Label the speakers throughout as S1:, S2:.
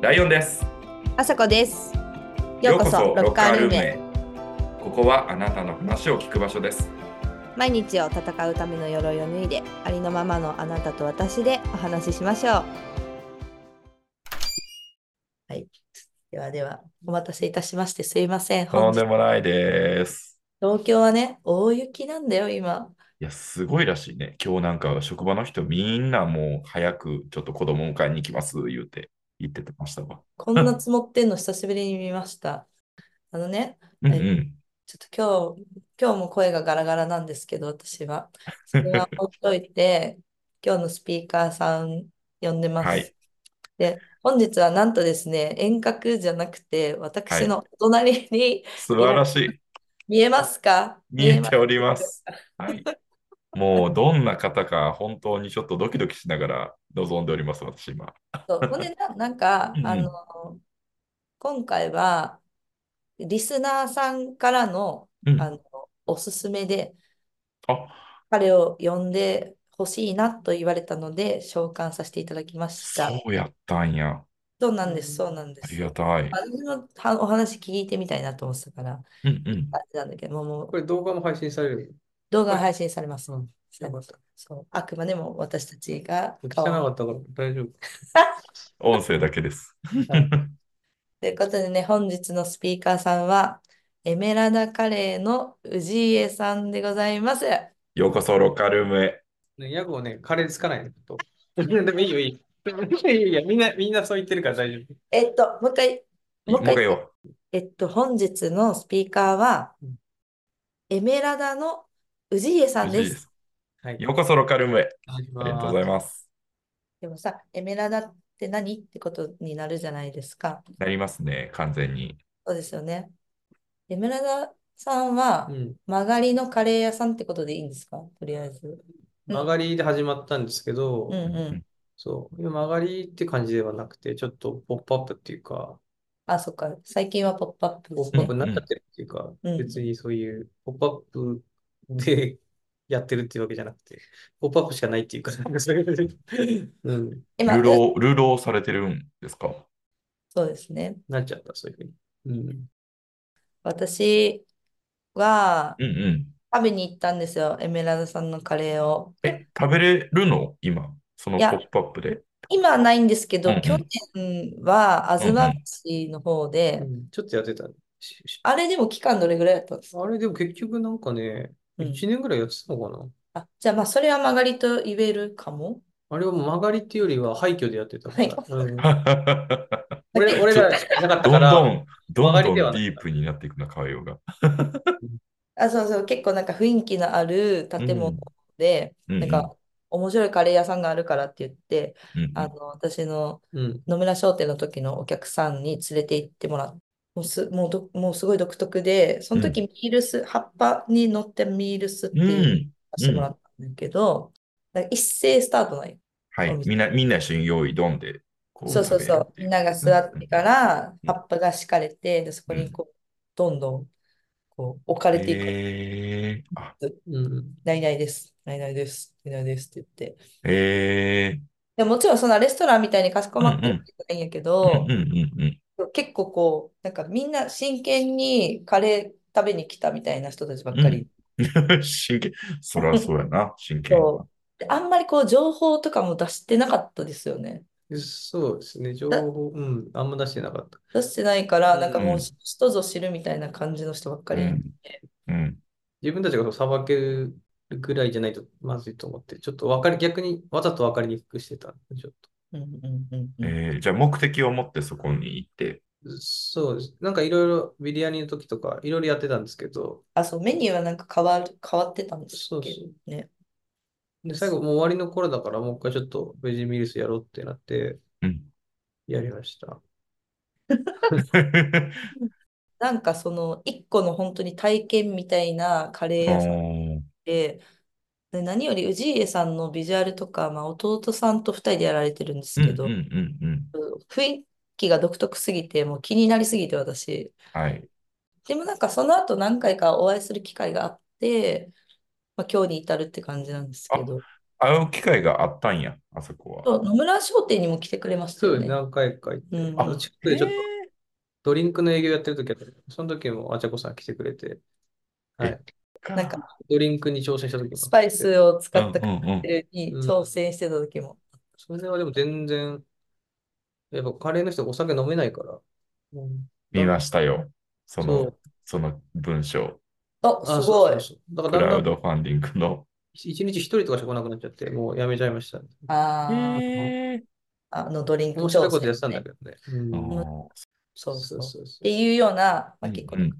S1: ライオンです
S2: あさこです。ようこそロッカールームへ。
S1: ここはあなたの話を聞く場所です。
S2: 毎日を戦うための鎧を脱いで、ありのままのあなたと私でお話ししましょう。はい。ではでは、お待たせいたしまして、すいません。
S1: と
S2: 本
S1: ん
S2: 日
S1: でもないです。
S2: 東京はね、大雪なんだよ、今。
S1: いや、すごいらしいね。今日なんか職場の人みんなもう早くちょっと子供迎えに行きます言うて言ってましたわ。
S2: こんな積もってんの久しぶりに見ました。あのね、
S1: うんう
S2: はい
S1: ん。
S2: ちょっと今日、今日も声がガラガラなんですけど、私は。それは置いといて、 今日のスピーカーさん呼んでます。
S1: はい
S2: で、本日はなんとですね、遠隔じゃなくて、私のお隣に
S1: 素晴らしい。
S2: 見えますか
S1: 見えてお
S2: ま
S1: ります。はい。もうどんな方か本当にちょっとドキドキしながら望んでおります、私今。
S2: すそうほ んでな、なんか
S1: うんうん
S2: あの、今回は、リスナーさんからの、
S1: うん
S2: あのおすすめで、
S1: あ、
S2: 彼を呼んでほしいなと言われたので、召喚させていただきました。
S1: そうやったんや。
S2: そうなんです、そうなんで
S1: あり
S2: す。
S1: がたい。
S2: 私のはお話聞いてみたいなと思ってたから、
S1: うんうん。
S2: あれなんだけど、もうもう
S3: これ動画も配信される
S2: 動画配信されます。
S3: うん
S2: されますそうあくまでも私たちが
S3: の聞
S2: 顔
S3: かなか
S2: を
S3: ったから大丈夫。
S1: 音声だけです。
S2: ということでね、本日のスピーカーさんは、エメラダカレーの氏家さんでございます。
S1: ようこそロッカールームへ。
S3: ね、ヤゴをね、カレーつかないの と。でもいいよ、いいよ。いやいや、みんな、みんなそう言ってるから大丈夫。
S2: えっと、もう一回、
S1: も
S2: も
S1: う一
S2: う一
S1: 回
S2: 回
S1: 言おう。
S2: えっと、本日のスピーカーは
S3: うん、
S2: エメラダの氏家さん
S1: 嬉しい
S2: です
S1: で。す
S3: はい。
S1: ようこそロッカールームへ。
S3: あり
S1: ありがとうございます。
S2: でもさ、エメラダって何ってことになるじゃないですか。
S1: なりますね、完全に。
S2: そうですよね。エメラダさんは
S3: う、ん。
S2: 曲がりのカレー屋さんってことでいいんですかとりあえず。
S3: 曲がりで始まったんですけど、
S2: うんうん。
S3: そう、今曲がりって感じではなくて、ちょっとポップアップっていうか、
S2: あ、そっか。最近はポップアップ
S3: ポ
S2: で
S3: ッ
S2: す
S3: プアッ
S2: ね
S3: プ。になっちゃってるっていうか、
S2: うん
S3: 別にそういうポップアップで やってるっていうわけじゃなくて、ポップアップしかないっていうか、なんかそういう、うん、
S2: 今、
S1: 流
S2: え
S1: 浪、流浪されてるんですか
S2: そうですね。
S3: なっちゃった、そういうふうに。うん。
S2: 私は
S1: うんうん。
S2: 食べに行ったんですよ。エメラダさんのカレーを。
S1: え、食べれるの今、その
S2: いや
S1: ポップアップ で。
S2: 今はないんですけど、
S1: うんうん
S2: 去年は吾妻橋の方で、
S3: うんちょっとやってた。しし
S2: あれでも期間どれぐらいだったんですか、
S3: あれでも結局なんかね、
S2: うん
S3: 1年ぐらいやってたのかな。
S2: あ、じゃあまあそれは曲がりと言えるかも。
S3: あれはもう曲がりっていうよりは廃墟でやってたから。
S2: は
S3: うん
S1: ど
S3: 俺、俺らじゃなかっ
S1: ん
S3: たか
S1: ど
S3: ら、
S1: ん、ど
S3: 曲が
S1: ん
S3: りで
S1: ど
S3: は
S1: ん
S3: な
S1: デ
S3: い
S1: ィープになっていくな、会話が。
S2: あ、そうそう、結構なんか雰囲気のある建
S1: うん
S2: 物で、
S1: うんうん
S2: なんか面白いカレー屋さんがあるからって言って、
S1: うんうん
S2: あの私の
S3: うん、
S2: 野村商店の時のお客さんに連れて行ってもらって、もうす、もうど、もうすごい独特で、その時ミールス、葉っぱに乗ってミールスって
S1: う
S2: いうのを
S1: ん。
S2: してもらったんだけど、なんか一斉スタートない。
S1: はい。みんな、みんな一緒に用意ドンで、こう
S2: そうそうそう。
S1: 食べ
S2: みん
S1: る
S2: なが座ってから、
S1: うん
S2: 葉っぱが敷かれて、で、そこにこう、どんどん、こう、置かれていく。
S1: えー、あ、
S3: うん。
S2: ないないです。ないないです。ないないですって言って。
S1: えー、
S2: でもちろんそんなレストランみたいにかしこまってるわけじゃないんやけど
S1: うん、うんうんうん。
S2: 結構こう、なんかみんな真剣にカレー食べに来たみたいな人たちばっかり。
S1: 真剣。そりゃそうやな、真剣。
S2: そうであんまりこう情報とかも出してなかったですよね。
S3: うん。そうですね、情報、うん、あんま出してなかった。
S2: 出してないから、なんかも
S1: う
S2: うん知るぞ知るみたいな感じの人ばっかり。
S1: うん。うん
S3: 自分たちがさばけるぐらいじゃないとまずいと思って、ちょっとわかり、逆にわざとわかりにくくしてた。ちょっ
S2: うんうんうんうん
S1: えーじゃあ目的を持ってそこに行って。
S3: と。そうです。なんかいろいろビリヤニの時とか、いろいろやってたんですけど、
S2: あ、そう、メニューはなんか変わる、変わってたんです
S3: そう
S2: け
S3: そう
S2: どね。
S3: で、最後もう終わりの頃だから、もう一回ちょっとベジミルスやろうってなって
S1: うん、
S3: やりました。
S2: なんかその一個の本当に体験みたいなカレー屋さん
S1: お
S2: で、で何より氏家さんのビジュアルとか、まあ、弟さんと二人でやられてるんです
S1: ー
S2: け
S1: う
S2: ど
S1: ん、うんうんうん。
S2: 雰囲気が独特すぎて、もう気になりすぎて私。
S1: はい。
S2: でもなんかその後何回かお会いする機会があって、まあ、今日に至るって感じなんですけど、
S1: 会う機会があったんや、あそこは。
S2: そう野村商店にも来てくれました
S3: そう
S2: よ
S3: よね、
S2: ね。
S3: 何回か行って。
S2: うん
S3: あの近くでちょっとドリンクの営業やってる時あったけどその時もあちゃこさん来てくれて、はい。
S1: か
S2: なんか
S3: ドリンクに挑戦した時もあって
S2: スパイスを使った
S1: うん
S2: カ
S1: うんうん
S2: クテルに挑戦してた時も。
S3: それはでも全然、やっぱカレーの人お酒飲めないから。うん
S1: 見ましたよ。そ
S3: そ
S1: の
S3: う、。
S1: その文章。
S2: あ、
S3: あ、
S2: す
S3: そ
S2: ごい
S3: うそう。そう。だか
S1: ク
S3: らだ
S1: ラ
S3: んだ
S1: ウ
S3: ん
S1: ドファンディングの。
S3: 一日一人とかしか来なくなっちゃって、もうやめちゃいました。
S2: あー
S1: へー
S2: あのドリンク
S3: 面白いことやってたんだけどね。うん
S1: あ
S2: そうそう。っ
S3: うそう
S2: ていうような、まあ、
S1: ー
S2: 結構、
S1: うん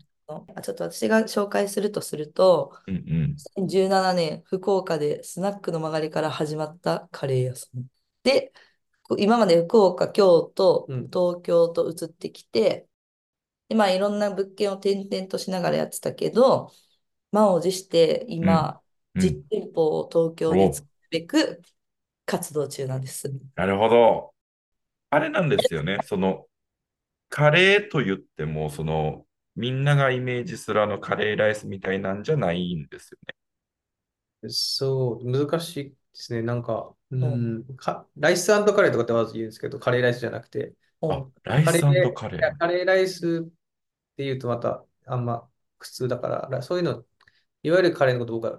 S2: あちょっと私が紹介するとすると、
S1: うんうん
S2: 2017年、福岡でスナックの曲がりから始まったカレー屋さん。で、こ今まで福岡、京都、
S3: うん
S2: 東京と移ってきて、でまあ、いろんな物件を転々としながらやってたけど、満を持して今、
S1: うん
S2: 実店舗を東京
S1: お
S2: で作るべく活動中なんです。
S1: なるほど。あれなんですよね。その、カレーと言っても、その、みんながイメージするあのカレーライスみたいなんじゃないんですよね。
S3: そう、難しいですね。なんか、う、
S2: うん
S3: か、ライスカレーとかってまず言うんですけど、カレーライスじゃなくて、
S1: あ
S2: お、
S1: ライス
S3: カレー
S1: カレ
S3: い
S1: ー
S3: や、。カレーライスって言うとまた、あんま苦痛だから、らそういうの、いわゆるカレーのこと僕は、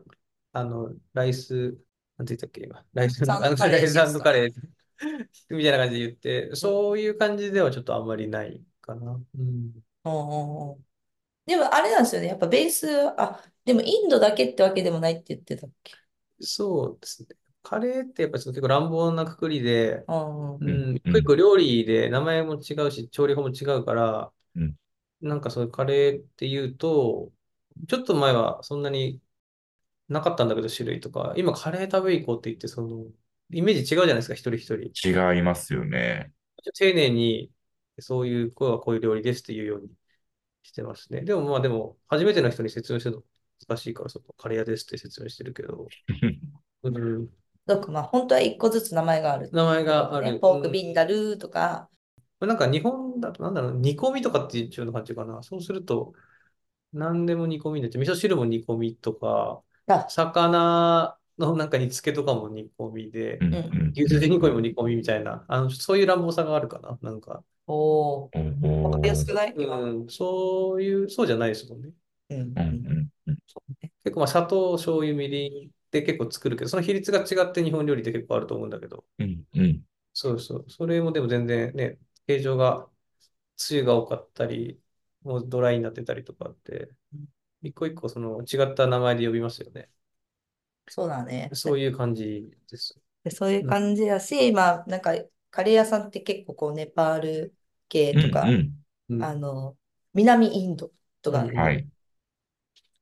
S3: あの、ライス、なんて言ったっけ、今、ライス、
S2: ライス
S3: あの
S2: カレー
S3: ライスカレーみたいな感じで言って、そういう感じではちょっとあんまりないかな。うん。
S2: うんうんうんでもあれなんですよね。やっぱベース、あ、でもインドだけってわけでもないって言ってたっけ。
S3: そうですね。カレーってやっぱりその結構乱暴なくくりで、
S2: うんうん
S3: う
S1: うん
S3: ん、
S1: うん
S3: 結構料理で名前も違うし、調理法も違うから
S1: うん、
S3: なんかそういうカレーって言うと、ちょっと前はそんなになかったんだけど、種類とか、今カレー食べ行こうって言って、その、イメージ違うじゃないですか、一人一人。
S1: 違いますよね。
S3: 丁寧に、そういう、こうはこういう料理ですっていうようにしてますね。でもまあでも、初めての人に説明するの難しいから、そのカレー屋ですって説明してるけど、うん、
S2: だからまあ本当は一個ずつ名前がある。
S3: 名前があ
S2: ね
S3: る。
S2: ポー
S3: う
S2: ク
S3: ん
S2: ビンダルーとか、
S3: なんか日本だとなんだろう、煮込みとかっていうような感じかな。そうすると、何でも煮込みになっちゃう。味噌汁も煮込みとか、
S2: あ
S3: 魚のなんか煮付けとかも煮込みで
S1: う、ん
S2: うん
S1: うん
S3: 牛すじ煮込みも煮込みみたいな、あの、そういう乱暴さがあるかな。なんか、
S2: お
S1: お
S2: ー、
S1: ー
S2: わかりやすくない今。
S3: うん、そういう、そうじゃないですもんね。
S2: うん
S1: うんうんうん
S3: 結構まあ砂糖、醤油、みりんって結構作るけど、その比率が違って日本料理って結構あると思うんだけど、
S1: うんうん
S3: そうそう。それもでも全然ね、形状が、つゆが多かったり、もうドライになってたりとかって、一個一個その違った名前で呼びますよね。
S2: そうだね。
S3: そういう感じです。
S2: でそういう感じだし、まあなんかカレー屋さんって結構こうネパール系とか
S1: うん、うん
S3: うん
S2: あの、南インドとか、
S3: うん
S1: はい。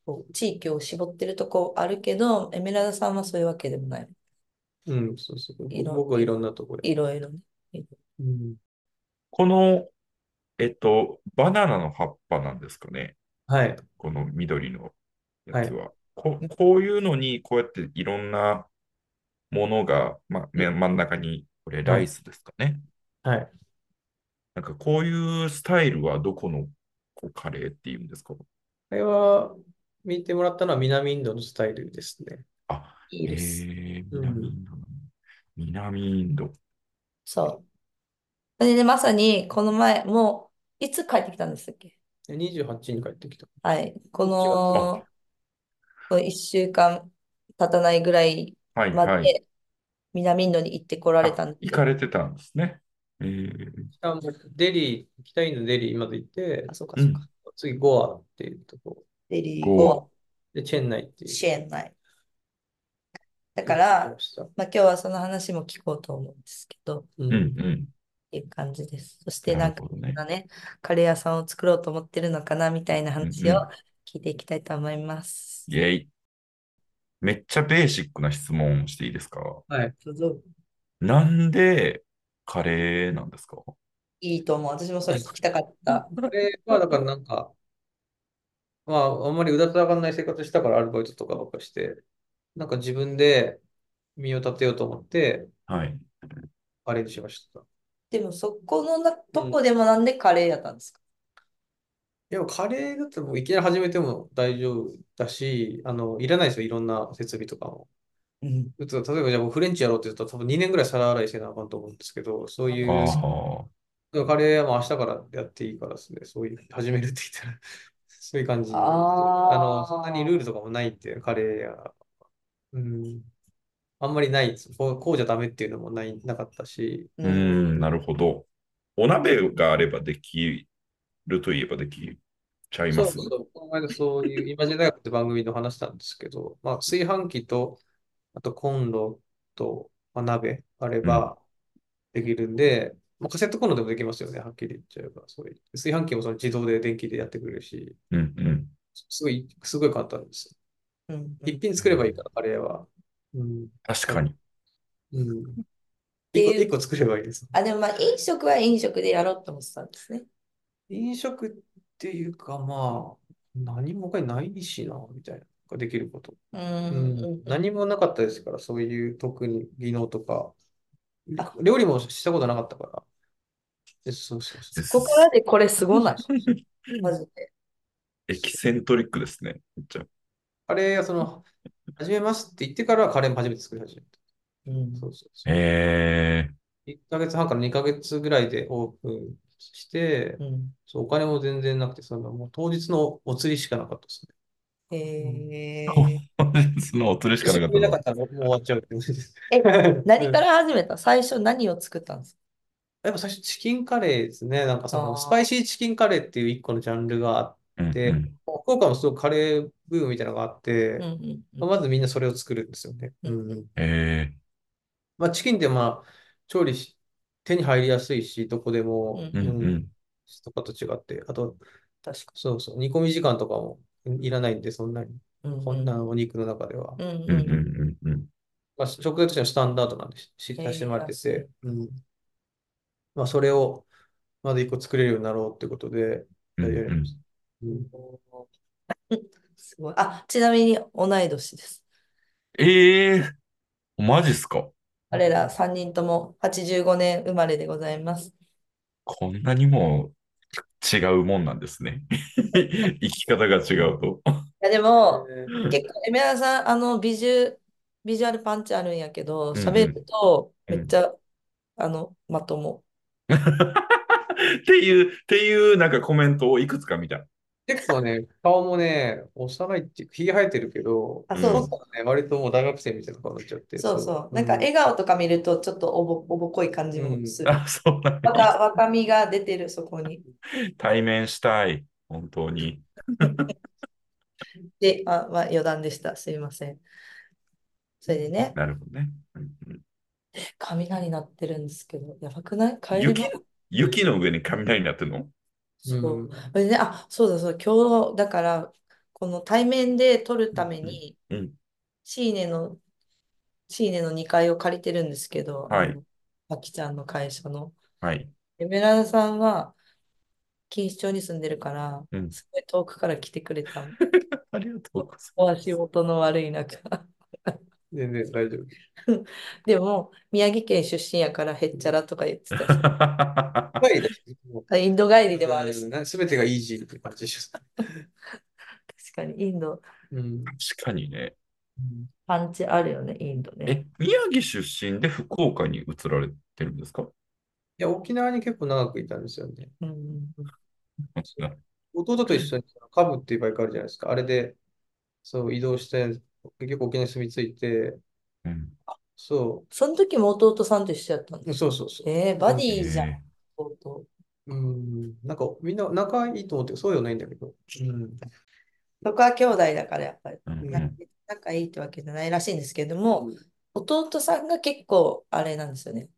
S2: こう地域を絞ってるとこあるけど、エメラルダさんはそういうわけでもない。
S3: うん、そうそう。
S2: いろん
S3: 僕はいろんなところで。
S2: いろいろね。
S3: うん
S1: この、えっと、バナナの葉っぱなんですかね。
S3: はい。
S1: この緑のやつは。ここういうのに、こうやっていろんなものが、ま、ね真ん中に、これライスですかね。
S3: はい。
S1: なんかこういうスタイルはどこのこうカレーっていうんですか
S3: あれは、見てもらったのは南インドのスタイルですね。
S1: あ、
S2: いいです。
S1: えー
S3: うん
S1: 南インド、南インド。
S2: そう。それで、まさに、この前、もう、いつ帰ってきたんですっけ
S3: で28に帰ってきた。
S2: はい。
S1: こ
S2: この、この1週間経たないぐらい
S1: はい、
S2: ま
S1: はい。
S2: で、南インドに行ってこられたんで
S1: 行かれてたんですね。えー、
S3: 北もデリー、北インドのデリーまで行って
S2: あ、、そうか、そうか。
S3: 次ゴアっていうとこ、
S2: デリー
S1: ゴー
S2: ゴ
S3: で、チェンナイっ
S2: ー、
S3: ていう。
S2: シェーン内。だから、、まあ、今日はその話も聞こうと思うんですけど、っ
S3: うん
S1: うん、うん。
S2: ていう感じです。そして、
S1: な
S2: な
S1: る
S2: んか、
S1: ほどね。
S2: みんなね、カレー屋さんを作ろうと思ってるのかな、みたいな話
S1: うんう
S2: を聞いていきたいと思います。
S1: イェイ。めっちゃベーシックな質問していいですか
S3: はい。
S2: どうぞ
S1: なんでカレーなんですか
S2: いいと思う。私もそれ聞きたかった。
S3: これは、だからなんか、まあ、あんまりうだつ上がんない生活したからアルバイトとかばっかして、なんか自分で身を立てようと思って、
S1: はい。
S3: あれにしました。い
S2: でもそこのなとこでもなんでカレーやったんですか、
S3: や、でもカレーだともういきなり始めても大丈夫だし、あの、いらないですよ、いろんな設備とかも。
S2: うん
S3: 例えばじゃあもうフレンチやろうって言ったら多分2年ぐらい皿洗いせなあかんと思うんですけど、そういう、
S1: あ
S3: カレーはもう明日からやっていいからですね、そういう、始めるって言ったら そういう感じ。
S2: あー
S3: の、そんなにルールとかもないって、カレーや、うん、あんまりないですこう、こうじゃダメっていうのもない、なかったし、
S1: ーうーん、なるほど。お鍋があればできるといえばできちゃい
S3: そ
S1: ま
S3: う
S1: す。
S3: そう、この前のそういう、イマジン大学って番組の話したんですけど、まあ、炊飯器と、あとコンロと、まあ、鍋あればできるんで、まあ、カセットコンロでもできますよね、はっきり言っちゃえば。そういう炊飯器もその自動で電気でやってくれるし、
S1: うんうん。
S3: すごい、すごい簡単です。
S2: うん
S3: 一品作ればいいから、カレーは。うん。
S1: 確かに。
S3: うん。一個、
S2: ていう
S3: 一個作ればいいです。
S2: あ、でもまあ飲食は飲食でやろうと思ってたんですね。
S3: 飲食っていうか、まあ、何も他にないしな、みたいな、できること。
S2: う
S3: うん
S2: ん。うん
S3: 何もなかったですから、そういう特に技能とか
S2: あ。
S3: 料理もしたことなかったから。えそうそうそう。
S2: ここからでこれすごない。マジで。
S1: エキセントリックですね。めっちゃ。
S3: カレーはその、始めますって言ってからカレーも初めて作り始めた。
S2: うん
S3: そうそうそう。
S1: えー、
S3: 1ヶ月半から2ヶ月ぐらいでオープンして、
S2: うん
S3: そう、お金も全然なくて、そのもう当日のお釣りしかなかったですね。
S2: へー
S1: 本日のお釣りしかなかった
S3: それな
S1: な
S3: かったらもう終わっちゃうって感じです。
S2: え何
S3: うん
S2: から始めた最初何を作ったんですか
S3: やっぱ最初チキンカレーですね。なんかそ
S2: あー
S3: のスパイシーチキンカレーっていう一個のジャンルがあって、
S1: うん
S3: で
S1: うん
S3: 福岡もすごくカレーブームみたいなのがあって
S2: うん、うんうん
S3: まあまずみんなそれを作るんですよね。
S2: うん
S3: うん
S1: え
S3: まあ、チキンってまあ、調理し、手に入りやすいし、どこでも、
S1: ー、うん
S3: うん
S1: うん。
S3: とかと違って、あと、
S2: 確か
S3: そうそう、煮込み時間とかもいらないんで、そんなに、
S2: に。うん
S3: こんなお肉の中では。
S2: う
S1: う
S2: ん
S1: ん
S2: うん
S1: うんうんうん。
S3: まあ、食材としてのスタンダードなんで、し、し
S2: えー
S3: 親しまれて
S2: 安い
S3: て、うん。まあ、それを、まず一個作れるようになろうってことで、
S1: うんう
S3: や
S1: ん
S3: りました。うん
S2: すごい。あ、ちなみに同い年です。
S1: ええー、マジっすか。
S2: 我ら3人とも85年生まれでございます。
S1: こんなにも違うもんなんですね。 生き方が違うと。
S2: いやでも、
S3: えー
S2: 結構、エメラさん、あの、ビジュ、ビジュアルパンチあるんやけど、
S1: んうん
S2: 喋ると、
S1: う
S2: め
S1: ん
S2: っちゃ、あの、まとも。
S1: っていう、っていうなんかコメントをいくつか見た。
S3: 結構ね、顔もね、幼いっていうか、ひげ生えてるけど、
S2: あ、
S1: うん
S2: そう
S3: ちょっとね、割ともう大学生みたいな顔になっちゃって、
S2: そうそう。なん
S3: ん
S2: か、笑顔とか見ると、ちょっとおぼ、おぼこい感じもする。
S1: あ、そうなん
S2: ま
S1: だ
S2: た、若みが出てる、そこに。
S1: 対面したい。本当に。
S2: で、あ、まあ、余談でした。すいません。それでね、
S1: なるほどね。うんうん
S2: 雷鳴ってるんですけど、やばくない帰り
S1: 雪
S2: ば。
S1: 雪の上に雷になってるの
S2: そう
S3: うん
S2: それでね、あ、そうだそうだ、今日、だから、この対面で撮るために、
S1: うん。
S2: シーネの、シーネの2階を借りてるんですけど、
S1: はい
S2: あのあきちゃんの会社の。
S1: はい。
S2: エメラルさんは、錦糸町に住んでるから
S1: う、ん
S2: すごい遠くから来てくれたの。
S1: ありがとうございます。
S2: お足元の悪い中。
S3: 全然大丈夫。
S2: でも、宮城県出身やからへっちゃらとか言っ てたし
S3: はいだしも
S2: インド帰
S3: う
S2: りでもあるし、
S3: な全てがイージーって感じでしょ。
S2: 確かにインド、
S3: うん。
S1: 確かにね。
S2: パンチあるよね、インドね。
S1: え、宮城出身で福岡に移られてるんですか
S3: いや、沖縄に結構長くいたんですよね。
S2: うんうんうん
S3: 弟と一緒にカブっていうバイクあるじゃないですか。あれで、そう、移動して、結構沖縄に住み着いて、
S1: うん
S3: そ
S2: その時も弟さんと一緒やったん
S3: う、
S2: です。
S3: そうそうそう。
S2: えー、バディじゃん、
S1: え
S2: 弟。
S3: うん。なんか、みんな仲いいと思って、そうではないんだけど。うん。
S2: そこは兄弟だからやっぱり。
S1: ーうん
S2: な
S1: うん
S2: 仲いいってわけじゃないらしいんですけれども、弟さんが結構あれなんですよね。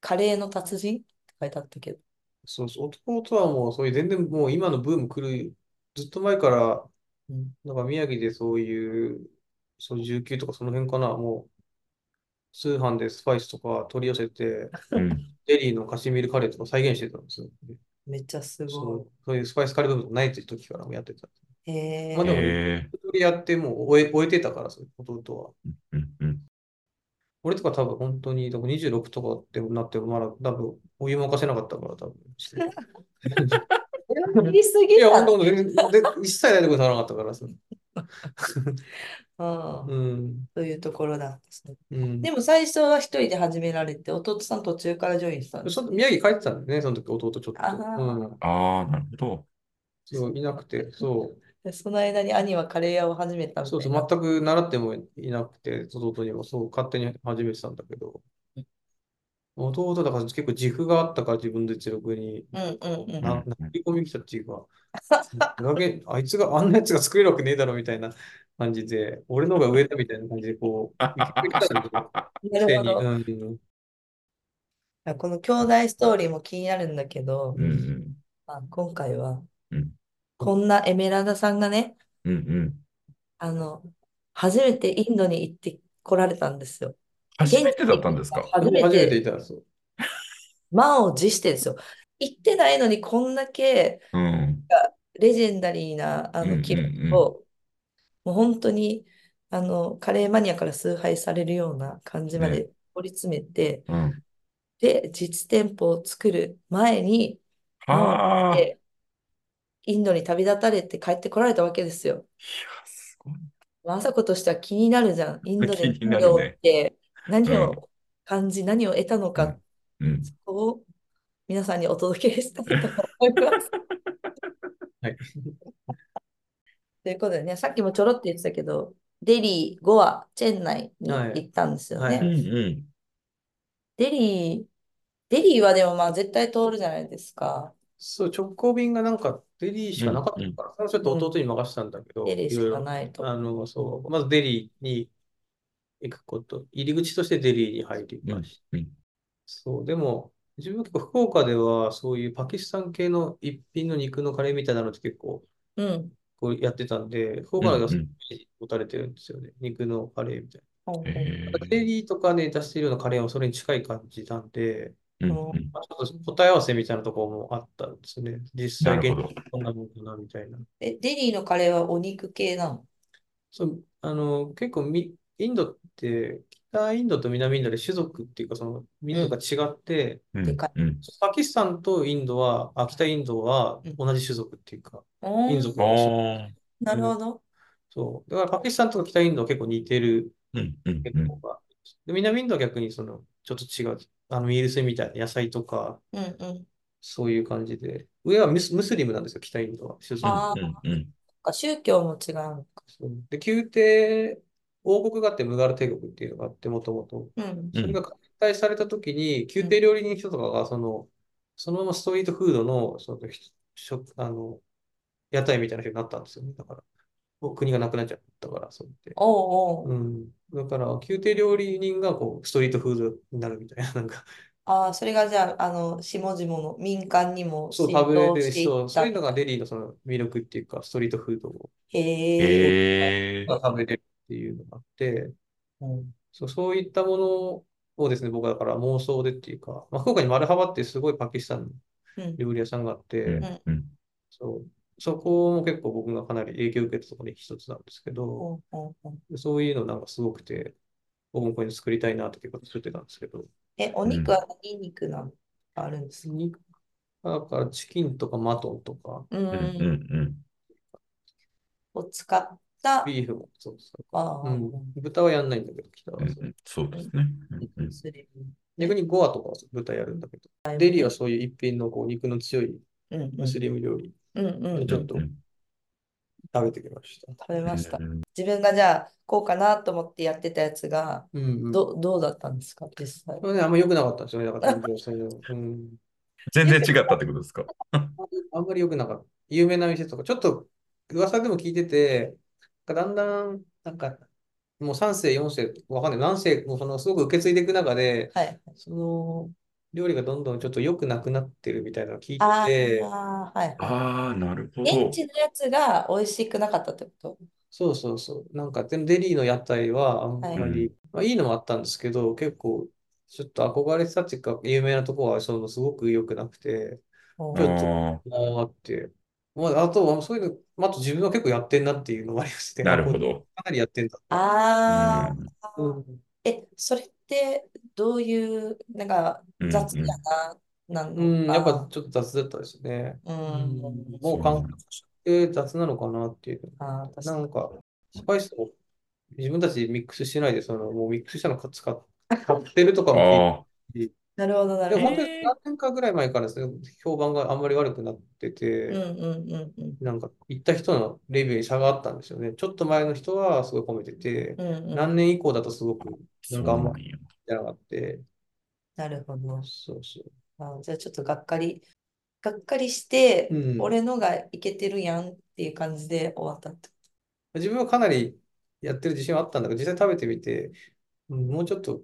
S2: カレーの達人って書いてあったけど。
S3: そうそう、弟はもう、そういう全然もう今のブーム来る、ずっと前から、
S2: うん
S3: なんか宮城でそういう、そう19とかその辺かな、もう、通販でスパイスとか取り寄せて、
S1: うん
S3: デリーのカシミールカレーとか再現してたんですよ。
S2: めっちゃす
S3: そ
S2: ご
S3: う、そういうスパイスカレーブームないっていう時からもやってた。
S2: い。え
S3: まあでも
S2: ー、
S1: え
S3: 一通りやってもう終え、終えてたから、そう弟は。
S1: ーうんうん
S3: 俺とか多分本当に、でも26とかってなっても、まだ多分お湯も沸かせなかったから、多分。
S2: 言いすぎ
S3: いや、
S2: た
S3: 本当、全然、で一切大丈夫ならなかったからさ。
S2: うん
S3: う。ん。
S2: というところなんですね。
S3: うん。
S2: でも最初は一人で始められて、弟さん途中からジョインしたんです。
S3: そ宮城帰ってたんだよね、その時弟ちょっと。
S2: あー
S3: うん。
S1: ああ、なるほど。
S3: そう、いな くて、そう。
S2: でその間に兄はカレー屋を始めたみ
S3: そう
S2: た
S3: そ、
S2: いうな。
S3: 全く習ってもいなくて、弟にもそう、勝手に始めてたんだけど、弟だから結構自負があったから自分で自力に、
S2: うんうんうん。
S3: な、
S1: うん
S3: 殴り込みきたっていうか、 裏げあいつが、あんなやつが作れるわけねえだろみたいな感じで、俺の方が上だみたいな感じで、こう、見切りたんだけど、
S2: なるほど。
S3: 普通にうん、
S2: この兄弟ストーリーも気になるんだけど、
S1: うんうん
S2: まあ、今回は
S1: うん、
S2: こんなエメラルダさんがね、
S1: うんうん。
S2: あの、初めてインドに行って来られたんですよ。
S1: 初めてだったんですか
S2: 初め
S3: 初めて
S2: て
S3: いたんですよ。
S2: 満を持してですよ。行ってないのにこんだけ
S1: うん。
S2: レジェンダリーなあ
S1: うんうんう
S2: の
S1: ん
S2: 気分を、もう本当にあのカレーマニアから崇拝されるような感じま
S1: ね
S2: で掘り詰めて、
S1: うん。
S2: で、実店舗を作る前に、
S1: はあ。いや、
S2: でインドに旅立たれて帰ってこられたわけですよ。
S1: すごい。
S2: 雅子としては気になるじゃん。インドで
S1: 気にな
S2: 何
S1: る
S2: を
S1: ね
S2: って、何
S1: う
S2: を感じ、何を得たのか、
S1: うん。
S2: そこを皆さんにお届けしたいと思い ます。
S3: はい。
S2: ということでね、さっきもちょろっと言ってたけど、デリー、ゴア、チェンナイに行ったんですよ
S3: はい
S1: うん
S2: ね。
S1: うん。
S2: デリー、デリーはでもまあ絶対通るじゃないですか。
S3: そう、直行便がなんかデリーしかなかったから、それはちょっと弟に任せたんだけど、
S2: デリー
S3: い
S2: し
S3: ろいろ
S2: かないと。
S3: あの、そう、まずデリーに行くこと、入り口としてデリーに入りました。
S1: うんうん
S3: そう、でも、自分は結構福岡では、そういうパキスタン系の一品の肉のカレーみたいなのって結構
S2: うん。
S3: こうやってたんで、福
S1: う
S3: 岡では
S1: んうん。
S3: 持たれてるんですよね。肉のカレーみたい
S2: ほうほう
S1: え
S3: な。デリーとかで出してるようなカレーはそれに近い感じなんで、
S1: ーうんうん。
S3: まあ、ちょっと答え合わせみたいなところもあったんですね。実際
S1: なるほ
S3: 現
S1: ど。
S3: 地どんなもんかなみたいな。
S2: え、デリーのカレーはお肉系なの
S3: そう、あの、結構み、インドって、北インドと南インドで種族っていうか、その民族が違って、
S1: うん
S2: でかい
S1: うん。
S3: パキスタンとインドは、あ、北インドは
S2: うん
S3: 同じ種族っていうか、
S2: おー
S3: 民族
S1: あ
S3: が一緒
S1: あ。
S2: なるほど。
S3: そう。だからパキスタンと北インドは結構似てる
S1: うんうん
S3: 傾
S1: うん。
S3: 向が。で、南インドは逆にその、ちょっと違う、あの、ミールスみたいな野菜とか、
S2: うんうん。
S3: そういう感じで。上はムス、ムスリムなんですよ、北インドは、種
S1: う
S3: 族。
S1: ん
S2: あ
S1: うんうん。
S2: あ、宗教も違うのか。
S3: そうで、宮廷、王国があって、ムガル帝国っていうのがあって、もともと。
S2: うん。
S1: うん
S3: それが解体された時に、宮廷料理人の人とかが、その、そのままストリートフードの、その、ひ食、あの、屋台みたいな人になったんですよね。だから、もう国がなくなっちゃったから、そう言って。
S2: おうおう。
S3: うん。だから、宮廷料理人が、こう、ストリートフードになるみたいな、なんか、
S2: ああ、それがじゃあ、あの、下々の民間にも
S3: そう、
S2: 浸
S3: 食べれ
S2: 透
S3: る
S2: してい
S3: そう、
S2: っ
S3: そう
S2: た。
S3: いうのがデリーのその魅力っていうか、ストリートフードを
S2: へえ。
S1: へえ。
S3: 食べれるっていうのがあって、
S2: うん
S3: そう、そういったものをですね、僕はだから妄想でっていうか、まあ、福岡にマルハバってすごいパキスタンの
S2: うん
S3: 料理屋さんがあっ
S1: う
S3: て、
S1: んうん。
S3: そう、そこも結構僕がかなり影響を受けたところに一つなんですけど、
S2: うんうんうん
S3: そういうのなんかすごくて、僕もこういうの作りたいなって結構作ってたんですけど、
S2: え、お肉は何肉なのあるんですか
S3: 肉だからチキンとかマトンとか、
S2: うん
S1: うん
S2: う
S1: う
S2: んうん。
S1: ん
S2: を使った、
S3: ビーフもそうです。
S2: あ
S3: う
S2: あ、
S3: ん、豚はやんないんだけど、北は
S1: うん
S3: そう
S1: うん。そうですね。うんうん
S2: それ
S3: 逆にゴアとかは豚やるんだけど、デリーはそういう一品のこう肉の強い
S2: うんうん
S3: ムスリム料理
S2: うんうん。
S3: ちょっと
S1: うん
S3: 食べてきました。
S2: 食べました。
S1: うん
S2: 自分がじゃあ、こうかなと思ってやってたやつが、
S3: うんうん。
S2: ど、どうだったんですか、実際。
S3: これね、あんま良くなかったんですよね。だから全然そういううん。
S1: 全然違ったってことですか
S3: あんまり良くなかった。有名な店とか、ちょっと噂でも聞いてて、だんだん、なんか、もう3世、4世、わかんない。何世、もうその、すごく受け継いでいく中で、
S2: はい。
S3: その、料理がどんどんちょっと良くなくなってるみたいなのを聞い
S2: あ
S3: て、
S2: あ、はい。
S1: ああ、なるほ
S2: 現
S1: ど。
S2: 地のやつが美味しくなかったってこと
S3: そうそうそう。なんか、でもデリーの屋台はあんま
S1: は
S3: り、まあ、いいのもあったんですけど、結構、ちょっと憧れてたっていうか、有名なとこは、その、すごく良くなくて、
S2: お
S3: ちょっ
S2: ー
S1: あ
S3: あって、まあ、あとは、そういうの、あと自分は結構やってんなっていうのもあります
S1: あ、
S3: ね。
S1: なるほ
S3: あこ
S1: ど。
S3: うかなりやってんだ。
S2: あ
S1: う
S2: ー
S1: ん
S3: うん。
S2: え、それってどういう、なんか
S1: うん
S2: 雑やな、な
S3: う
S2: の
S3: ん、やっ
S2: か
S3: ぱちょっと雑だったですね。
S2: う、
S3: うんん、
S1: そ
S3: も
S1: うな
S3: う
S1: ん
S3: 感
S1: だ
S3: 覚として雑なのかなっていう。
S2: あー確か
S3: な
S2: に
S3: んか、スパイスも自分たちでミックスしないで、その、もうミックスしたのか使っ買ってるとかも聞いて
S1: ああ、
S2: なるほど、な
S3: で
S2: る
S3: も
S2: ほ
S3: 本当に何年かぐらい前からですね、評判があんまり悪くなっ
S2: ど。う
S3: て
S2: ん
S3: て、
S2: うんうんうん。
S3: なんか行った人のレビューに差があったんですよね。ちょっと前の人はすごい褒めてて、
S2: うんうん。
S3: 何年以降だとすごくなんかあんま
S1: そうなん
S3: り
S1: や。
S3: じゃなくて、
S2: なるほど。
S3: そうそう。
S2: あ、じゃあちょっとがっかり、がっかりして、
S3: うん。
S2: 俺のがいけてるやんっていう感じで終わったって。
S3: 自分はかなりやってる自信はあったんだけど、実際食べてみて、うんもうちょっと、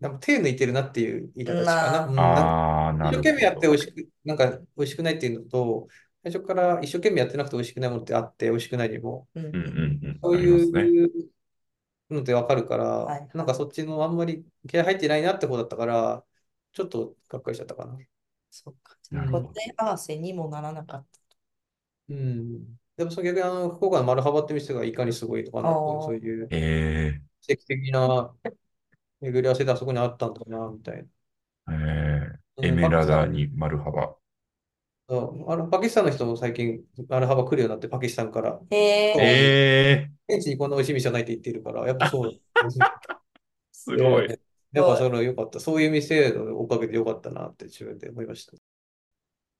S3: なんか手抜いてるなっていう言い方しかな。
S2: まあ
S3: うんなん
S1: あ
S3: か
S1: あ、なる
S3: 一生懸命やって
S1: ほ
S3: 美
S1: ど。
S3: 味しく、なんか美味しくないっていうのと、最初から一生懸命やってなくて美味しくないものってあって、美味しくないにも、
S2: うん
S1: うん
S2: うん。
S1: うんう
S3: そ
S1: ん。
S3: う
S1: ありますね。
S3: いうのってわかるから、
S2: はい
S3: なんかそっちのあんまり気合入ってないなって方だったから、ちょっとがっかりしちゃったかな。
S2: そうか。
S1: な
S3: うん
S1: るほ
S2: 答
S1: ど。
S2: え合わせにもならなかっ
S3: うん。でもその逆にあの、福岡の丸幅って店がいかにすごいとかなっていう、
S2: あー
S3: そういう
S1: え
S3: 奇跡的な巡り合わせであそこにあったんだな、みたいな。
S1: ー、えー、エ
S3: うん
S1: メ
S3: パキ
S1: ラ
S3: スタ
S1: ダ
S3: ン、
S1: に丸幅。
S3: そうあの、パキスタンの人も最近、丸幅来るようになって、パキスタンから、
S2: た。へ
S3: そう
S2: え、
S1: えー、
S3: 現地にこんな美味しい店はないって言ってるから、やっぱそう。
S1: すごい。
S3: でやっぱその良かった。そういう店のおかげで良かったなって自分で思いました。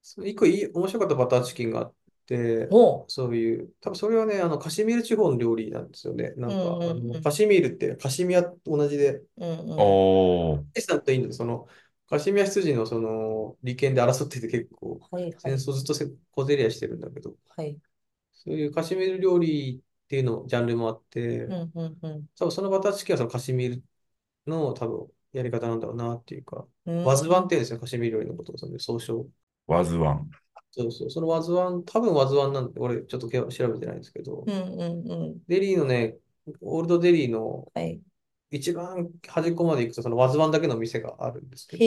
S3: その一個いい、面白かったバターチキンがあって、
S2: も
S3: そういう、多分それはね、あの、カシミール地方の料理なんですよね。なんか、あ
S2: うんうんうん
S3: のカシミールって、カシミヤと同じで、
S2: う、うんうん。
S1: おー、
S3: パキスタンとインドでその、カシミヤ羊のその、利権で争ってて結構、
S2: はいは
S3: 戦
S2: い
S3: 争ずっとせ小競り合いしてるんだけど、
S2: はい。
S3: そういうカシミール料理っていうの、ジャンルもあって
S2: う、んうんうん。
S3: 多分そのバターチキンはそのカシミールの多分やり方なんだろうなっていうか、
S2: うん
S3: ワズワンって言うんですよ、カシミール料理のことを、その総称。
S1: ワズワン。
S3: そうそう、そのワズワン、多分ワズワンなんで、俺ちょっと今日調べてないんですけど
S2: う、んうんうん。
S3: デリーのね、オールドデリーの
S2: はい。
S3: 一番端っこまで行くと、そのワズワンだけの店があるんですけど、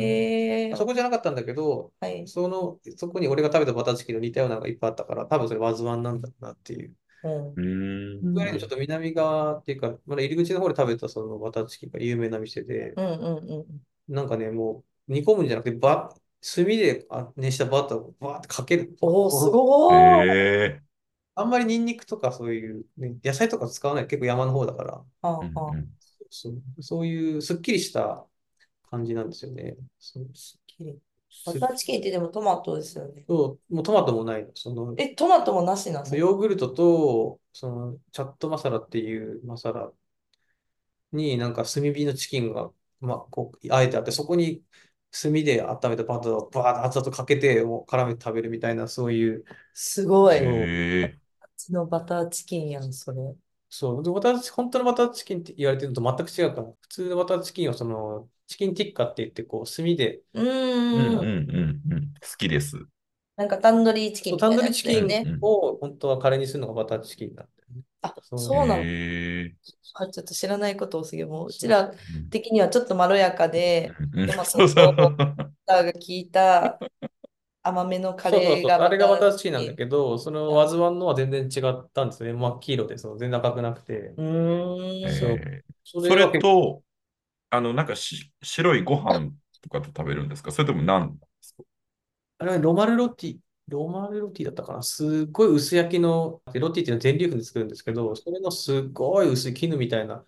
S2: へえ、
S3: そこじゃなかったんだけど、
S2: はい。
S3: その、そこに俺が食べたバターチキンの似たようなのがいっぱいあったから、多分それワズワンなんだろうなっていう。
S2: うん。
S1: うー
S3: そ
S1: ん。
S3: れよりちょっと南側っていうか、まだ入り口の方で食べたそのバターチキンが有名な店で、
S2: うんうんうん。
S3: なんかね、もう煮込むんじゃなくて、ば、炭であ熱したバターをバーってかける。
S2: おお、すごーい。
S1: えー、
S3: あんまりニンニクとかそういう、ね、野菜とか使わない、結構山の方だから、
S2: は
S1: うん
S2: あは
S1: う
S2: あ。
S1: ん。
S3: そう、そういうすっきりした感じなんですよね。そう、す
S2: きれい
S3: す
S2: バターチキンってでもトマトですよね。
S3: そうもうトマトもないの。その、
S2: え、トマトもなしなの
S3: ヨーグルトと、その、チャットマサラっていうマサラになんか炭火のチキンが、まあ、こう、あえてあって、そこに炭で温めたバターをバーッと熱々かけて、もう絡めて食べるみたいな、そういう、
S2: すごい。
S3: そうう
S1: え
S2: ちのバターチキンやん、それ。
S3: そう。で、私、本当のバターチキンって言われてるのと全く違うから、普通のバターチキンはその、チキンティッカって言って、こう、炭で、
S1: ー、
S2: う
S1: うん
S2: ー。
S1: うんんうんうん。好きです。
S2: なんかタンドリーチキン
S3: そう
S2: み
S3: タ
S2: たいな
S3: ンドリー
S2: や
S3: チ
S2: つ
S3: キ
S2: だよ
S3: ン
S2: ね。
S1: うん
S3: を本当はカレーにするのがバターチキンなんだよね。
S2: あ、
S3: そう
S2: そうなの。
S1: え
S2: あ、ちょっと知らないことをすぎる。もう、うち
S1: ー、
S2: ら
S1: うん
S2: 的にはちょっとまろやかで、
S1: うん
S2: トマ
S1: そう
S2: ト
S1: そ
S2: とバ
S1: う。
S2: ターが効いた甘めのカ
S3: そうそ
S2: レー
S3: うそう。
S2: が
S3: あれがバターチキ
S2: チ
S3: ンなん
S2: キ
S3: だ
S2: ン。
S3: けど、そのワズワンのは全然違ったんですよね。真っ黄色で、その全然赤くなくて。
S2: うーん。
S3: そう。
S1: え
S3: そ
S1: ー、
S3: れ
S1: それ
S3: は結
S1: と、
S3: 構、
S1: あの、なんかし白いご飯とかと食べるんですかそれとも何ですか
S3: あれはロマルロティ、ロマルロティだったかな。すっごい薄焼きの、でロティっていうのは全粒粉で作るんですけど、それのすっごい薄い絹みたいな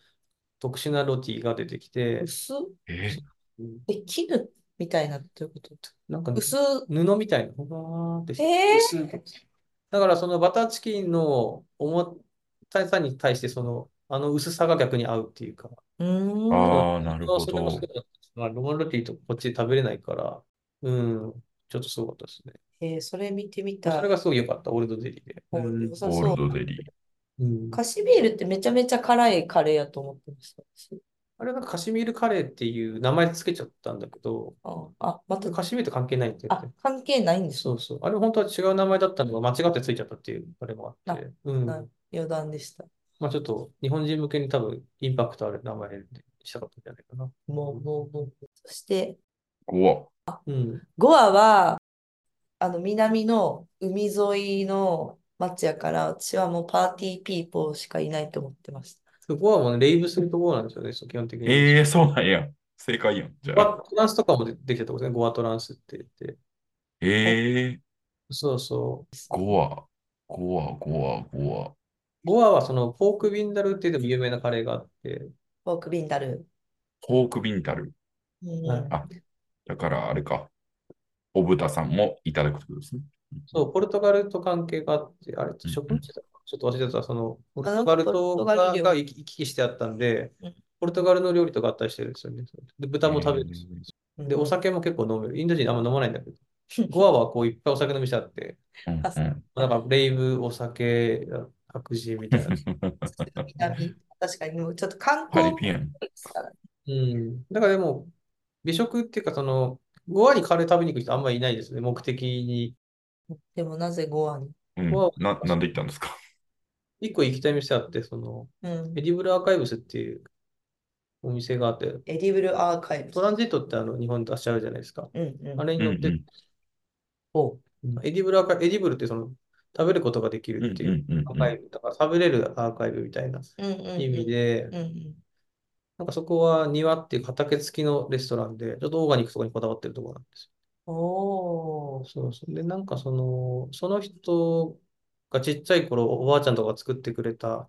S3: 特殊なロティが出てきて、
S2: 薄
S1: え
S3: うん
S2: え、絹みたいなっていうこと
S3: なんか
S2: 薄、
S3: 布みたいな、ふわーってして
S2: え
S3: 薄いだからそのバターチキンの重たさに対して、その、あの薄さが逆に合うっていうか、
S2: ー、うーん。
S1: ああー、なる
S3: そう
S1: ほ
S3: それもす
S1: ど。
S3: ごい、まあ、ロマンロティとこっちで食べれないから、うん、ちょっとすごかったですね。
S2: えー、それ見てみ
S3: まあ
S2: た
S3: それ
S2: い。
S3: がすごい良かった、オールドデリーで。う
S2: お
S3: ん
S2: 良さ
S1: オー
S2: そ
S1: ル
S2: う。
S1: ドデリー。
S3: うん
S2: カシミールってめちゃめちゃ辛いカレーやと思ってました。
S3: あれなんかカシミールカレーっていう名前つけちゃったんだけど、
S2: あ、あまた、
S3: カシミールと関係ないんだよ
S2: あ
S3: ね。、
S2: 関係ないんです
S3: そうそう。あれ本当は違う名前だったのが間違ってついちゃったっていうあれもあって、う。
S2: なん余談でした。
S3: まあちょっと日本人向けに多分インパクトある名前にしたかったんじゃないかな。
S2: もう、もう、もう。そして、
S1: ご
S3: うん。
S2: ゴアは、あの、南の海沿いの町やから、私はもうパーティーピーポーしかいないと思ってました。
S3: そこはもうねレイブするところなんですよね、そう基本的に。
S1: ええー、そうなんや。正解やん。じゃ
S3: ゴ
S1: あ。
S3: アトランスとかもでできたところですね、ゴアトランスって言って。
S1: ええー、
S3: そうそ
S1: ゴア、ゴア、ゴア、ゴア。
S3: ゴアはそのポークビンダルっていうでも有名なカレーがあって、
S2: ポークビンダル
S1: ポークビンダル。
S2: ー。
S3: は
S2: う
S3: い
S2: ん、
S1: あ、だからあれか。お豚さんもいただくってことですね。
S3: そう、ポルトガルと関係があって、あれ、
S1: うん
S3: 植民地だったかちょっと忘れてた、その、ポル
S2: あの
S3: トガル
S2: ポ
S3: と
S2: ルトガル料理
S3: が行き行き来してあったんで
S2: うん、
S3: ポルトガルの料理と合体してるんですよね。で、豚も食べるんですよ。で、お酒も結構飲める。インド人あんま飲まないんだけど、ゴアはこういっぱいお酒の店あって、
S1: うんうん
S2: あそう
S3: なんかレイブ、お酒、白人みたいな。
S2: 南確かに、もうちょっと観
S1: パ
S2: 光
S1: リピアン。
S2: ですからね。
S3: うん。だからでも、美食っていうか、その、ゴアにカレー食べに行く人あんまりいないですね、目的に。
S2: でもなぜゴアに、
S1: うん
S3: わ
S1: な、なんで行ったんですか
S3: 一個行きたい店あって、その、
S2: うん
S3: エ、ディブルアーカイブスっていうお店があって、
S2: エディブルアーカイブ
S3: ト
S2: ス。
S3: ランジットってあの日本に出しちゃうじゃないですか。
S2: うんうん、
S3: あれに乗って、
S1: うんうん
S3: おエディブルアーカイブ、エディブルってその食べることができ
S1: うん
S3: るって
S1: う
S3: いうん
S1: うん
S3: アー
S1: う
S3: カイブ、だから食べれるアーカイブみたいな
S2: うんうんうん
S3: 意味で、
S2: うんうん
S3: なんかそこは庭っていう畑付きのレストランで、ちょっとオーガニックとかにこだわってるところなんです
S2: お
S3: よ。
S2: ー、
S3: そうそう。で、なんかその、その人がちっちゃい頃おばあちゃんとかが作ってくれた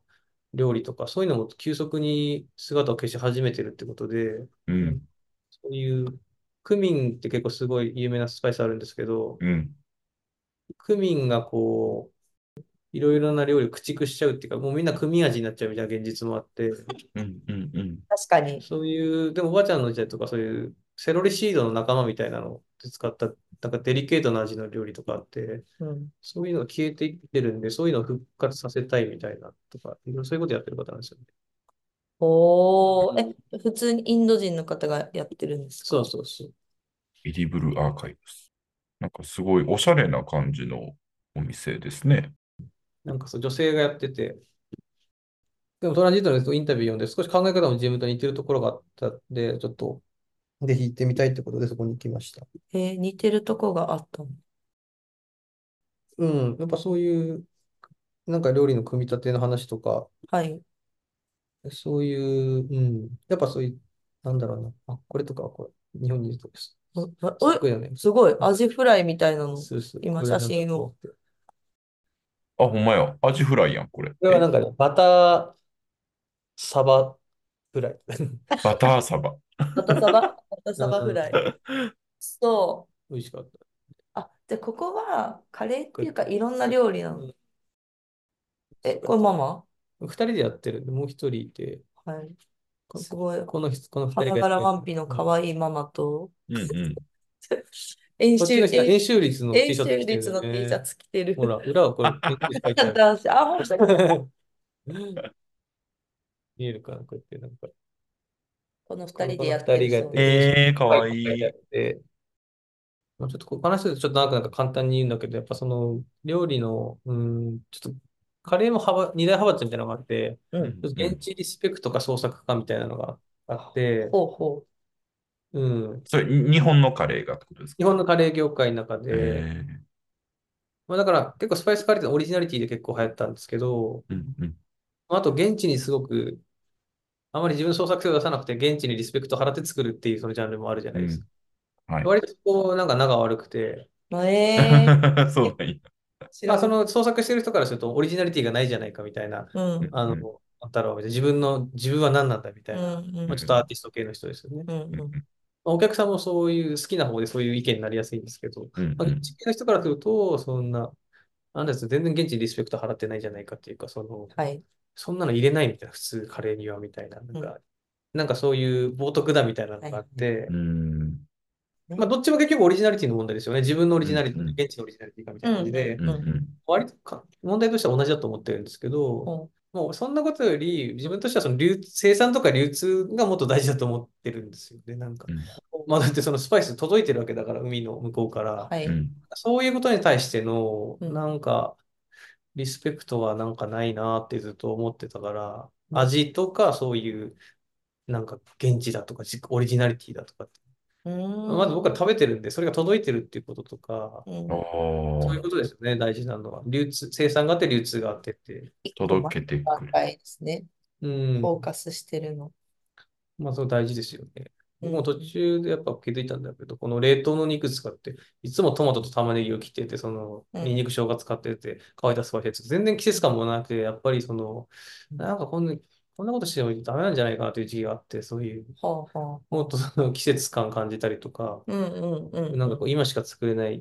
S3: 料理とか、そういうのも急速に姿を消し始めてるってことで、
S1: ん。うん
S3: そういう、クミンって結構すごい有名なスパイスあるんですけど、
S1: うん。
S3: クミンがこう、いろいろな料理を駆逐しちゃうっていうか、もうみんなクミン味になっちゃうみたいな現実もあって、
S1: うんうんうん。
S2: 確かに。
S3: そういう、でもおばあちゃんの時代とかそういうセロリシードの仲間みたいなので使った、なんかデリケートな味の料理とかあって、
S2: うん、
S3: そういうのが消えていってるんで、そういうのを復活させたいみたいなとか、いろいろそういうことやってる方なんですよね。
S2: おー、え、普通にインド人の方がやってるんですか
S3: そうそうそう。
S1: エディブルアーカイブス。なんかすごいおしゃれな感じのお店ですね。
S3: なんかそう、女性がやってて、でもトランジットのインタビュー読んで、少し考え方も自分と似てるところがあったんで、ちょっと、ぜひ行ってみたいってことで、そこに行きました。
S2: えー似てるとこがあったの。
S3: うん、やっぱそういう、なんか料理の組み立ての話とか、
S2: はい。
S3: そういう、うん、やっぱそういう、なんだろうな、あ、これとか、これ、日本にいると、す
S2: お
S3: すっごいよね。
S2: すごい、アジフライみたいなの。
S3: そうそう
S2: 今
S3: これなんか
S2: 写真を
S3: こう
S1: あ、ほんまや。アジフライやん、これ。
S3: これはなんかね、バター、サバフライ。
S1: えバターサバ。
S2: バタサバ、バタサバフライ。そ
S3: 美味しかった。
S2: う。あ、で、ここはカレーっていうかいろんな料理なの。え、これママ
S3: 二人でやってるんで、もう一人いて、
S2: はい。
S3: こ
S2: すごい。
S3: この人、この二人が
S2: 花
S3: や
S2: 柄
S3: って
S2: ワンピの可愛いママと、
S1: うんうん。
S2: 演
S3: こっち
S2: 習、
S3: の人は
S2: 演
S3: 演習率の T シャツ
S2: 習
S3: 着てる
S2: 率の T シャ
S3: ね。
S2: ツ着てる。
S3: ほら、裏は これ、研究書いてある。
S2: 男子あ、ほんとだ
S3: 見えるかな、こうやって、なんか。
S2: この二人でやって
S3: この二人
S2: る
S3: がやっ
S2: そう
S3: て
S2: です。
S1: えー、かわいい。
S3: やってまあちょっとこう話すとちょっとなんかなんか簡単に言うんだけど、やっぱその料理の、うん、ちょっとカレーも幅、二大派閥みたいなのがあって、
S2: うん。
S3: ちょっと現地リスペクトか創作かみたいなのがあって、
S2: ほうほ
S3: うん、
S1: それ、に日本のカレーがってことですか
S3: 日本のカレー業界の中で、
S1: え
S3: まあ、だから結構スパイスカレーってオリジナリティで結構流行ったんですけど、
S1: ーうんうん。
S3: あと現地にすごく、あまり自分の創作性を出さなくて、現地にリスペクトを払って作るっていうそのジャンルもあるじゃないですか。
S1: うんはい
S3: 割とこう、なんか仲悪くて、
S2: う。え ー
S1: そうなんや。
S2: 知
S3: ま
S2: ら
S3: あ、そ
S2: な
S3: の創作してる人からするとオリジナリティがないじゃないかみたいな、
S2: うん。うん
S3: あの、
S1: うん
S3: なんだろうみたいな、自分の、自分は何なんだみたいな、
S2: うん
S3: まあ、ちょっとアーティスト系の人ですよね。ま
S2: うんうん
S3: あお客さんもそういう、好きな方でそういう意見になりやすいんですけど、
S1: うん
S3: まあ、現地系の人からすると、そんな、なんです全然現地にリスペクト払ってないじゃないかっていうか、その、
S2: はい。
S3: そんなの入れないみたいな、普通カレーにはみたいな、なんか、なんかそういう冒涜だみたいなのがあって
S1: う、ん。
S3: まあ、どっちも結局オリジナリティの問題ですよね。自分のオリジナリティ
S1: うんうん
S3: 現地のオリジナリティかみたいな感じで
S1: う、んうん。
S3: 割とか問題としては同じだと思ってるんですけ
S2: う
S3: ど、
S2: ん
S3: もうそんなことより、自分としてはその流生産とか流通がもっと大事だと思ってるんですよね。なんか
S1: うん、
S3: まあ、だってそのスパイス届いてるわけだから、海の向こうから。
S2: はい。
S3: そういうことに対しての、
S2: うん
S3: なんか、リスペクトはなんかないなってずっと思ってたから、味とかそういう、なんか現地だとか、じオリジナリティだとかって、
S2: うーん
S3: まず僕は食べてるんで、それが届いてるっていうこととか、
S2: うん
S1: あ
S3: そういう
S1: あ、
S3: ことですよね、大事なのは。流通、生産があって流通があってって。
S2: 一個
S1: 届けてく
S2: 若いですね。
S3: うん。
S2: フォーカスしてるの。
S3: まあ、それ大事ですよね。
S2: ううん
S3: もう途中でやっぱ気づいたんだけど、この冷凍の肉使って、いつもトマトと玉ねぎを切ってて、その、
S2: うん
S3: ニンニク生姜使ってて、乾いたスパイスやつ、全然季節感もなくて、やっぱりその、なんかこんな、こんなことしてもダメなんじゃないかなという時期があって、そういう、
S2: ほうほ
S3: もっとその季節感感じたりとか、
S2: う。うんうんうん。
S3: なんかこう、今しか作れない、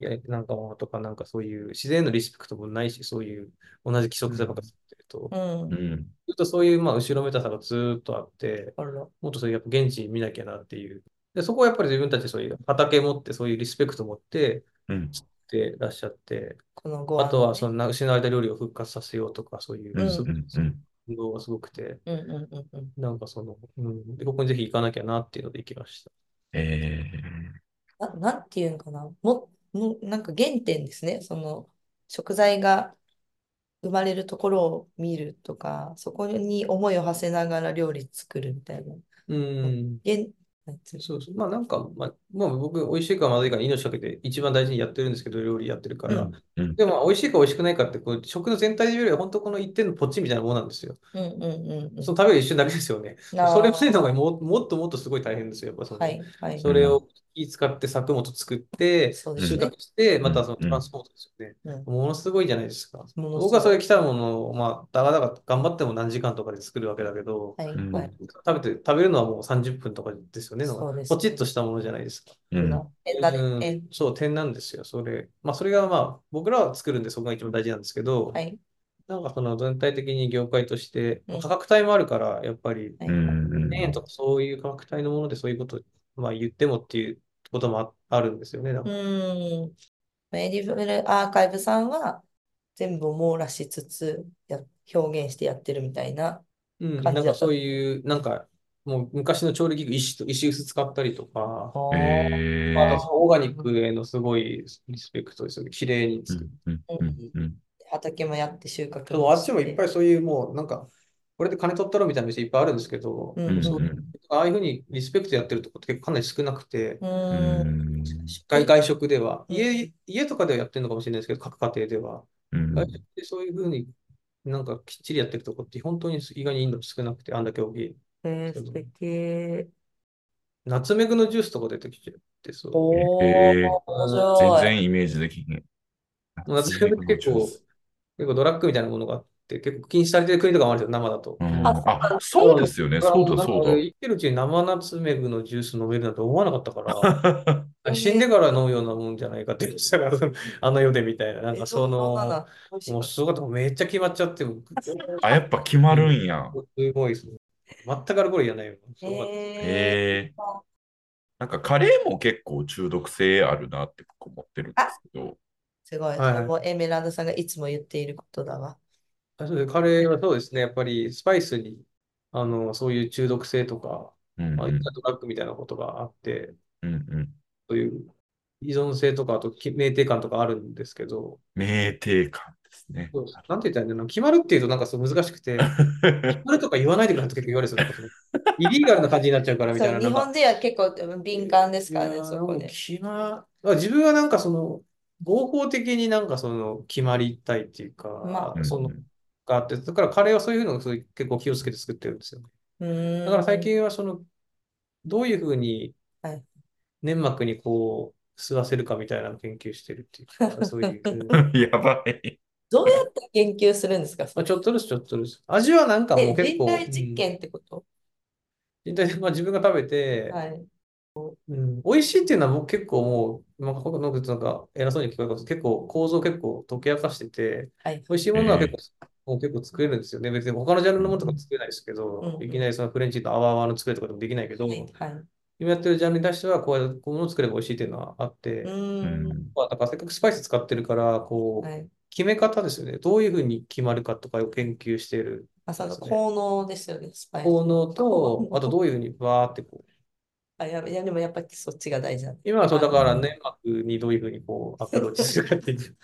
S3: いやなんかものとか、なんかそういう、自然へのリスペクトもないし、そういう、同じ規則性ばっかり作ってると、
S2: うん。
S1: うん。
S3: ずっとそういう、まあ、後ろめたさがずーっとあって、
S2: あら。
S3: もっとそういう、やっぱ現地見なきゃなっていう。で、そこはやっぱり自分たちそういう畑持って、そういうリスペクト持って、
S1: うん。
S3: で、らっしゃって、
S2: このご
S3: あ
S2: 飯
S3: とは、その、な失われた料理を復活させようとか、そういう
S1: うん。う、。
S3: そうん
S1: うん
S3: 運動がすごくて、
S2: うんうんうんうん。
S3: なんかその、うん、で、ここにぜひ行かなきゃなっていうので行きました。
S1: え
S2: な、なんていうのかな。も、もなんか原点ですね。その食材が生まれるところを見るとか、そこに思いを馳せながら料理作るみたいな。
S3: うん。
S2: 原、なんていう
S3: そうそう。まあなんか、まあ、まあ僕、美味しいかまずいか命かけて一番大事にやってるんですけど、料理やってるか
S1: ー
S3: ら。
S1: うんうん
S3: でも、まあ美味しいか美味しくないかって、こう、食の全体で見れば、本当この一点のポチみたいなものなんですよ。
S2: のうんうんうんうん。
S3: その食べる一瞬だけですよね。
S2: あー
S3: それをせるのがも、もっともっとすごい大変ですよ。やっぱその、
S2: はいはい。
S3: それを気使って作物作って、
S2: そうです
S3: 収
S2: ね。
S3: 穫して、
S1: ん
S3: またその
S1: うん
S3: トランスポートですよね。
S2: うん
S3: ものすごいじゃないですか。
S2: ものすごい
S3: 僕はそれ来たものを、まあ、だがだが頑張っても何時間とかで作るわけだけど、
S2: はい
S1: うん
S2: はい。
S3: 食べて、食べるのはもう30分とかですよね。なんか
S2: そうです
S3: ポチッとしたものじゃないですか。
S1: うんうん
S2: え、だ
S3: う
S2: え、
S3: ん、そう、点なんですよ。それ。まあ、それがまあ、僕らは作るんで、そこが一番大事なんですけど
S2: は、い
S3: なんかその全体的に業界として、
S2: うん
S3: 価格帯もあるから、やっぱり、
S2: はい。
S1: うん
S3: 1000円とかそういう価格帯のものでそういうこと、まあ言ってもっていうこともあ、あるんですよね。だから
S2: うん。エディブルアーカイブさんは全部を網羅しつつや表現してやってるみたいな。感
S3: うん、
S2: じだった
S3: なんかそういう、なんかもう昔の調理器具、石と、石臼使ったりとか、
S1: えー
S3: まああとオーガニックへのすごいリスペクトですよね。綺麗に
S1: う
S3: 作る。
S1: んうんうんうん
S2: 畑もやって収穫
S3: でもあっちもいっぱ
S2: い。
S3: いそういうもうなんか、これで金取ったろみたいな店いっぱいあるんですけど、
S2: う
S1: うん
S2: ん。
S3: そううんああいうふうにリスペクトやってるとこって結構かなり少なくて、
S2: うん。
S1: うん
S3: 外、外食では、
S2: うん
S3: 家、家とかではやってるのかもしれないですけど、各家庭では。
S1: うん
S3: 外食でそういうふうになんかきっちりやってるとこって本当に意外にインド少なくて、あんだけ大きい。
S2: えー、素敵。
S3: ナツメグのジュースとか出てきてて、そう。
S2: おー、
S1: えー
S2: 面
S1: 全
S2: 白い。
S1: 然イメージできへん。
S3: ナツメグって結構、結構ドラッグみたいなものがあって、結構禁止されてる国とかもあるんですよ、生だと。
S1: うんあ、そうですよね。そうだ、
S3: なんか
S1: そう
S3: 俺生きてるうちに生ナツメグのジュース飲めるなんて思わなかっ たから、
S1: だ。
S3: 死んでから飲むようなもんじゃないかって言ってたから、 そのあの世でみたいな。なん
S2: え
S3: か
S2: そ
S3: そ
S2: んな
S3: の、
S2: な美味し
S3: もう
S2: かっ
S3: すごかった。めっちゃ決まっちゃって、僕す
S1: あ、やっぱ決まるんや。
S3: ごいですね。全くアルコールじゃないよ。す
S2: た
S3: ごかった
S2: え
S1: へえ。なんかカレーも結構中毒性あるなって僕思ってるんですけど。
S2: ー、すごい。そ
S3: はい
S2: れもエメラルドさんがいつも言っていることだわ。
S3: あそうですカレーはそうですね。やっぱりスパイスに、あの、そういう中毒性とか、
S1: うん
S3: まあ、
S1: う
S3: いっ
S1: ん
S3: たドラッグみたいなことがあって、
S1: うんうん。
S3: そういう依存性とか、あとき酩酊感とかあるんですけど、
S1: 酩酊感ですね。
S3: そうですなんて言ったらいいんだろうな。決まるっていうとなんかそう難しくて、決まるとか言わないでくださいって結構言われてたんですよ。イリーガルな感じになっちゃうからみたい
S2: そ
S3: な。
S2: う、
S3: な
S2: 日
S3: んか
S2: 本人は結構敏感ですから
S3: い
S2: ね、
S3: やー
S2: そこで。
S3: 決ま、自分はなんかその、合法的になんかその、決まりたいっていうか、
S2: ま
S3: その
S1: う、ん
S3: があって、だからカレーはそういうのをそういう結構気をつけて作ってるんですよね。
S2: うーん
S3: だから最、近はその、どういうふうに
S2: はい
S3: 粘膜にこう、吸わせるかみたいなのを研究してるってい うか、そういううん
S1: うん やばい。
S2: どうやって研究するんですかそ
S3: まあ
S2: れ
S3: ちょっとずつちょっとずつ。味はなんかもう
S2: え
S3: 結
S2: 人
S3: 構、
S2: 体実験ってこと
S3: うん人体まあ自分が食べて、
S2: はい。
S3: うん、美味しいっていうのはもう結構もう、まあ、このなんか偉そうに聞こえるけど、結構構造結構解き明かしてて、
S2: はい。
S3: 美味しいものは結構、もう結構作れるんですよね。別に他のジャンルのものとか作れないですけど、
S2: うん
S3: いきなりそのフレンチとアワアワの作れとかでもできないけど、
S2: はい。はい。う
S3: 今やってるジャンルに対しては、こうやってこういうものを作れば美味しいっていうのはあって、
S1: う
S2: ーん。
S1: ん
S3: まあ、だからせっかくスパイス使ってるから、こう、
S2: はい。
S3: 決め方ですよね。どういうふうに決まるかとかを研究している。
S2: あ、その
S3: そうですね
S2: 効能ですよね、スパイス。
S3: 効能と、
S2: うん
S3: あとどういうふうにバーってこう。
S2: あ、や、いや、でもやっぱりそっちが大事なんだ。
S3: 今はそうだから粘膜にどういうふうにこうアプローチするかっていう。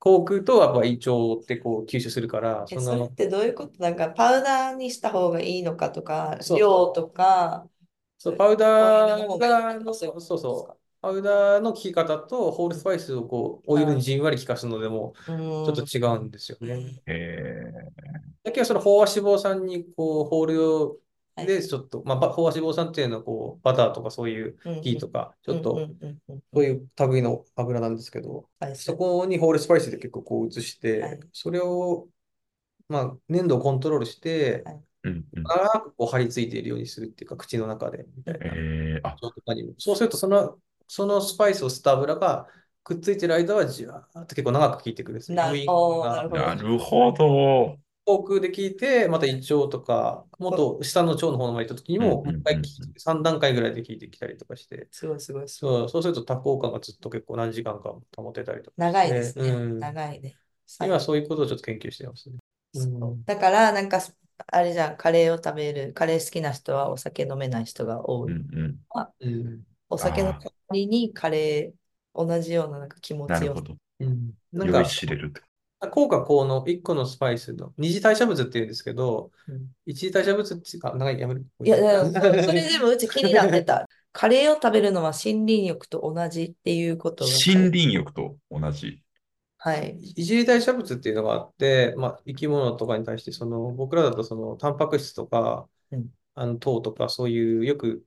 S3: 口腔とやっぱ胃腸ってこう吸収するから、
S2: え、
S3: そん
S2: そ
S3: な
S2: れ
S3: の
S2: ってどういうことなんか、パウダーにした方がいいのかとか、
S3: そう
S2: 量とか、
S3: そう、パウダーが、
S2: の、そういうこと
S3: そう
S2: です
S3: そう、パウダーの効き方とホールスパイスをこう、オイルにじんわり効かすのでも、
S2: かうー
S3: ち
S2: ん
S3: ょっと違うんですよ
S2: う
S3: ね。
S2: ん
S1: へえ。
S3: だけど、その飽和脂肪酸にこう、ホールを
S2: はい
S3: で、ちょっと、まあ、ば飽和脂肪酸っていうのは、こう、バターとかそういう
S2: うんうん
S3: ギーとか、ちょっと、
S2: う
S3: そ
S2: んうんうんうん
S3: ういう類の油なんですけど、
S2: はい
S3: そこにホールスパイスで結構こう移し
S2: はい
S3: て、それを、まあ、粘度をコントロールして、
S1: うんうん。
S3: 長くこう張り付いているようにするっていうか、口の中で、みたいな。
S1: えー、あ、
S3: そうとかにもそうすると、その、そのスパイスを吸った油がくっついてる間は、じわーっと結構長く効いてくるんですね。
S2: な
S3: 余韻
S2: おー
S3: が
S2: なるほど
S1: なるほど。
S3: 口腔で効いて、また胃腸とか、もっと下の腸の方まで行った時にも、
S1: うんうんうん
S3: もう一回効いて、3段階ぐらいで効いてきたりとかして、
S2: すごいすごいすごい。
S3: そう、そうすると多幸感がずっと結構何時間か保てたりとか。
S2: 長いですね。
S3: うん
S2: 長いね。
S3: 今そういうことをちょっと研究してますね。うん
S2: だから、なんか、あれじゃん、カレーを食べる、カレー好きな人はお酒飲めない人が多
S1: う
S2: い。
S1: んうん。
S3: うん。
S2: お酒の代わりにカレー、同じようななんか気持
S1: な
S2: ち
S1: る
S2: よ
S1: ほ
S2: さ。
S1: ど。
S3: うん。なん
S1: よ
S3: か
S1: り、知れるって。
S3: 効果効能、一個のスパイスの、二次代謝物って言うんですけど
S2: うん、
S3: 一次代謝物っていうか、なんかやめる。
S2: いや、だからそれでもうち気になってた。カレーを食べるのは森林浴と同じっていうことが。
S1: 森林浴と同じ。
S2: はい。
S3: 一次代謝物っていうのがあって、まあ、生き物とかに対してその僕らだとそのタンパク質とか
S2: うん
S3: あの糖とかそういうよく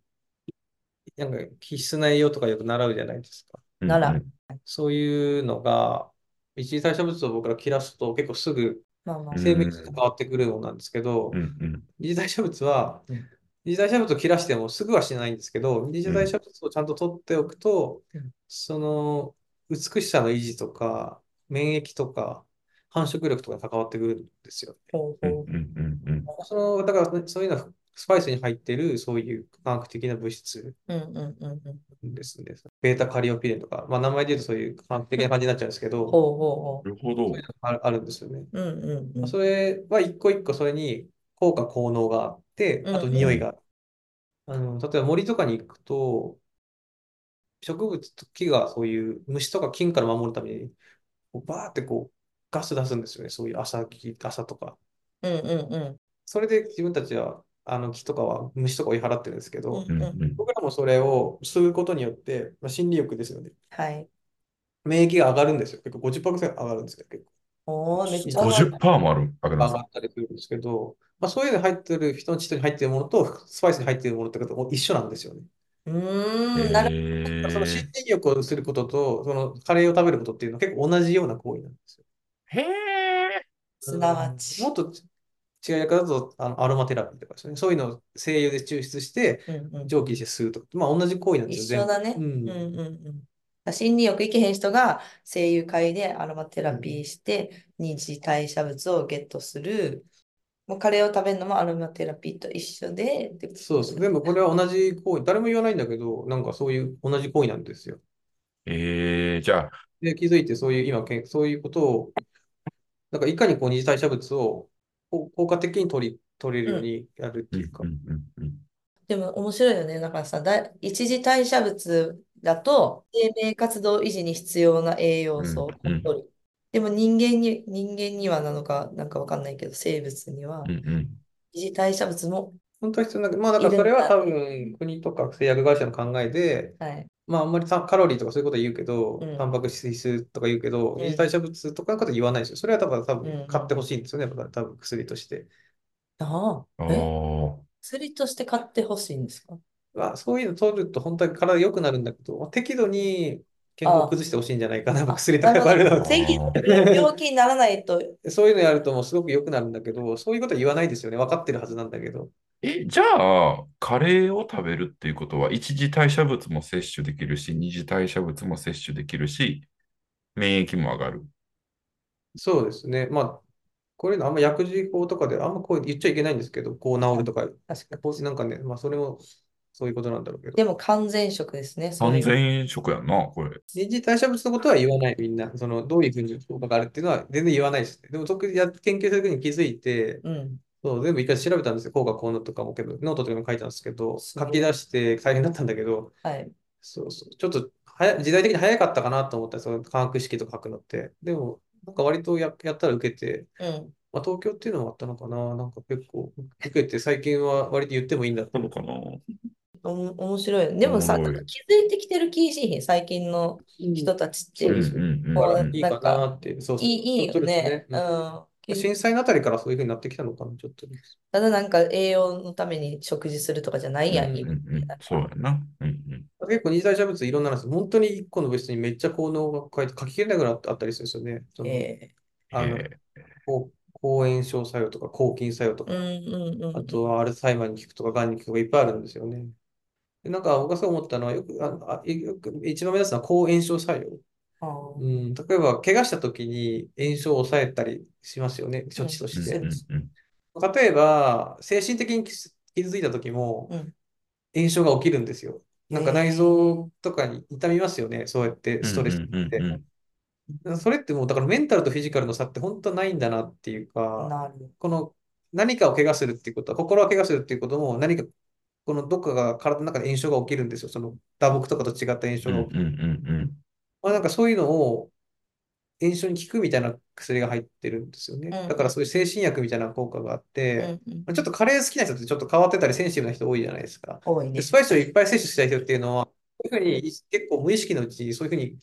S3: なんか必須な栄養とかよく習うじゃないですか。
S1: うん
S2: なら
S1: うん
S3: そういうのが一次代謝物を僕ら切らすと結構すぐ
S2: まあまあ
S1: うん
S3: 生命が変わってくるものなんですけど
S1: う、んうん。
S3: 二次代謝物は
S2: うん
S3: 二次代謝物を切らしてもすぐはしないんですけど、二次代謝物をちゃんと取っておくと
S2: うん、
S3: その美しさの維持とか、免疫とか、繁殖力とかに関わってくるんですよ。
S2: ほ
S1: う
S2: う
S1: ん
S2: ほう
S1: うんうんうん。
S3: その、だからそういうのはスパイスに入ってるそういう科学的な物質
S2: うんうんうんうん。
S3: ですね。ベータカリオピレンとか、まあ名前で言うとそういう科学的な感じになっちゃうんですけ
S2: ほう
S3: ど、
S2: ほ
S1: なるほど
S3: そういう。のがあるあるんですよね。
S2: うほう。うんうんうん。
S3: それは一個一個それに効果効能があって、
S2: うん
S3: あと匂いがある。あの、例えば森とかに行くと、植物と木がそういう虫とか菌から守るために、こうバーってこうガス出すんですよね。そういう朝木、朝とか。
S2: うんうんうん。
S3: それで自分たちは、あの木とかは虫とか追い払ってるんですけど、
S2: うん
S1: うんうん。
S3: 僕らもそれを吸うことによって、まあ、心理欲ですよね。
S2: はい。
S3: 免疫が上がるんですよ。結構50%上がるんですよ。結構
S2: おー、めっちゃ上がる。
S1: 50%もある。あるんで
S3: 上
S1: す
S3: がったりするんですけど、まあ、そういうのに入ってる人の血に入ってるものとスパイスに入ってるものってことも一緒なんですよね。
S2: うーん、なる
S1: へ
S3: その
S1: ー
S3: 新人欲をすることとそのカレーを食べることっていうのは結構同じような行為なんですよ。
S1: へえ。
S2: すなわち
S3: もっと違い方だとあのアロマテラピーとかですよね。そういうのを精油で抽出して
S2: ほど。うんうん
S3: 蒸気にして吸うとか、まあ、同じ行為なんです
S2: 一
S3: よ、
S2: 緒だね。
S3: 全部
S2: うんうんうん。心理欲行けへん人が声優会でアロマテラピーして二次代謝物をゲットする。もうカレーを食べるのもアロマテラピーと一緒で。ってこと
S3: そうそう。全部これは同じ行為。誰も言わないんだけど、なんかそういう同じ行為なんですよ。
S1: えー、じゃあ、
S3: で、気づいて、そういう、今、けんそういうことを、なんか、いかにこう、二次代謝物を、こう効果的に取り、取れるようにやるっていうか
S1: う、んうんうん
S2: でも面白いよね。だからさ、だ一次代謝物だと生命活動維持に必要な栄養素を
S1: うんうん
S2: 取る。でも人間に、人間にはなのか、なんかわかんないけど、生物には
S1: うんうん
S2: 一次代謝物も、
S3: 本当は必要なんだけど、まあ、だから、それは多分、国とか製薬会社の考えで、
S2: はい。
S3: まあ、あんまりたカロリーとかそういうことは言うけど
S2: うん、
S3: タンパク質必須とか言うけど
S2: う、ん
S3: 二次代謝物とかのことは言わないですよ。それは多分、多
S2: うん
S3: 分、買ってほしいんですよね、やっぱ多分、薬として。
S2: あ
S1: あ
S2: あ、
S1: あ
S2: え、
S1: ー、
S2: 薬として買ってほしいんですか
S3: まあ、そういうの取ると、本当は体良くなるんだけど、まあ適度に健康を崩してほしいんじゃないかな、 薬とか
S2: なるほ
S3: 買う
S2: ど
S3: の。
S1: ぜ
S2: 全病気にならないと、
S3: そういうのやるともうすごく良くなるんだけど、そういうことは言わないですよね。分かってるはずなんだけど。
S1: え、じゃあ、カレーを食べるっていうことは、一次代謝物も摂取できるし、二次代謝物も摂取できるし、免疫も上がる。
S3: そうですね。まあ、こういうのあんま薬事法とかであんまこう言っちゃいけないんですけど、こう治るとか、
S2: 確かに。
S3: こうなんかね、まあそれもそういうことなんだろうけど。
S2: でも完全食ですね。そ
S1: 完
S2: れ
S1: 全食やんな、これ。
S3: 二次代謝物のことは言わない、みんな。その、どういうふうに効果があるっていうのは全然言わないですね。でも、特にや研究する時に気づいて、
S2: うん。
S3: そう、全部一回調べたんですよ。効果効能とかもけど、ノートとかにも書いたんですけど、
S2: すごい
S3: 書き出して大変だったんだけど、
S2: はい。
S3: そうそう。ちょっと早い、時代的に早かったかなと思った、その科学式とか書くのって。でも、なんか割とや、やったら受けて、
S2: うん。
S3: まあ、東京っていうのもあったのかな、なんか結構受けて、最近は割と言ってもいいんだ
S1: なのかな
S2: おも面白いよね。でもさ、
S1: おも
S2: な
S1: ろ
S2: ん
S1: い
S2: か気づいてきてる気しひん、最近の人たちって。
S1: うん
S3: そうです
S1: うんうん。
S2: こう
S3: いいかなって、そうそう、
S2: いい、いいよ
S3: そうです
S2: ね。
S3: ね。
S2: うん。け
S3: 震災のあたりからそういうふうになってきたのかな、ちょっとね。
S2: ただなんか栄養のために食事するとかじゃないやん、
S3: うん
S1: う
S2: 今
S1: んうん、そうやな。うんうん。
S3: 結構二大化物いろんなのあるんです本当に一個の物質にめっちゃ効能が書いて書ききれなくなってあったりするんですよね。その
S2: え
S3: あの
S1: えー
S3: こう抗炎症作用とか抗菌作用と
S2: ー
S3: か、
S2: うんうんうん。
S3: あとはアルツハイマーに効くとか、がんに効くとかいっぱいあるんですよね。でなんか僕がそう思ったのは、よく、あのあよく一番目立つのは抗炎症作用。
S2: あ
S3: う
S2: ー
S3: ん、例えば、怪我した時に炎症を抑えたりしますよね、処置と
S1: う
S3: して。
S1: んうん
S3: 例えば、精神的に傷ついた時も
S2: うん、
S3: 炎症が起きるんですよ。なんか
S2: えー
S3: 内臓とかに痛みますよね、そうやって
S1: うん。
S3: ストレス
S1: うんうん
S3: で
S1: うんうん。
S3: それってもう、だからメンタルとフィジカルの差って本当ないんだなっていうか、
S2: なる。
S3: この何かを怪我するっていうことは、心を怪我するっていうことも、何か、このどっかが体の中で炎症が起きるんですよ。その打撲とかと違った炎
S1: う
S3: 症
S1: ん
S3: が
S1: う
S3: 起きる。
S1: んうん
S3: まあ、なんかそういうのを炎症に効くみたいな薬が入ってるんですよね。
S2: うん
S3: だからそういう精神薬みたいな効果があっ
S2: う
S3: て、
S2: んうん
S3: まあちょっとカレー好きな人ってちょっと変わってたりセンシティブな人多いじゃないですか。
S2: 多い
S3: で
S2: ね。
S3: スパイスをいっぱい摂取した人っていうのは、こういうふうに結構無意識のうちにそういうふうに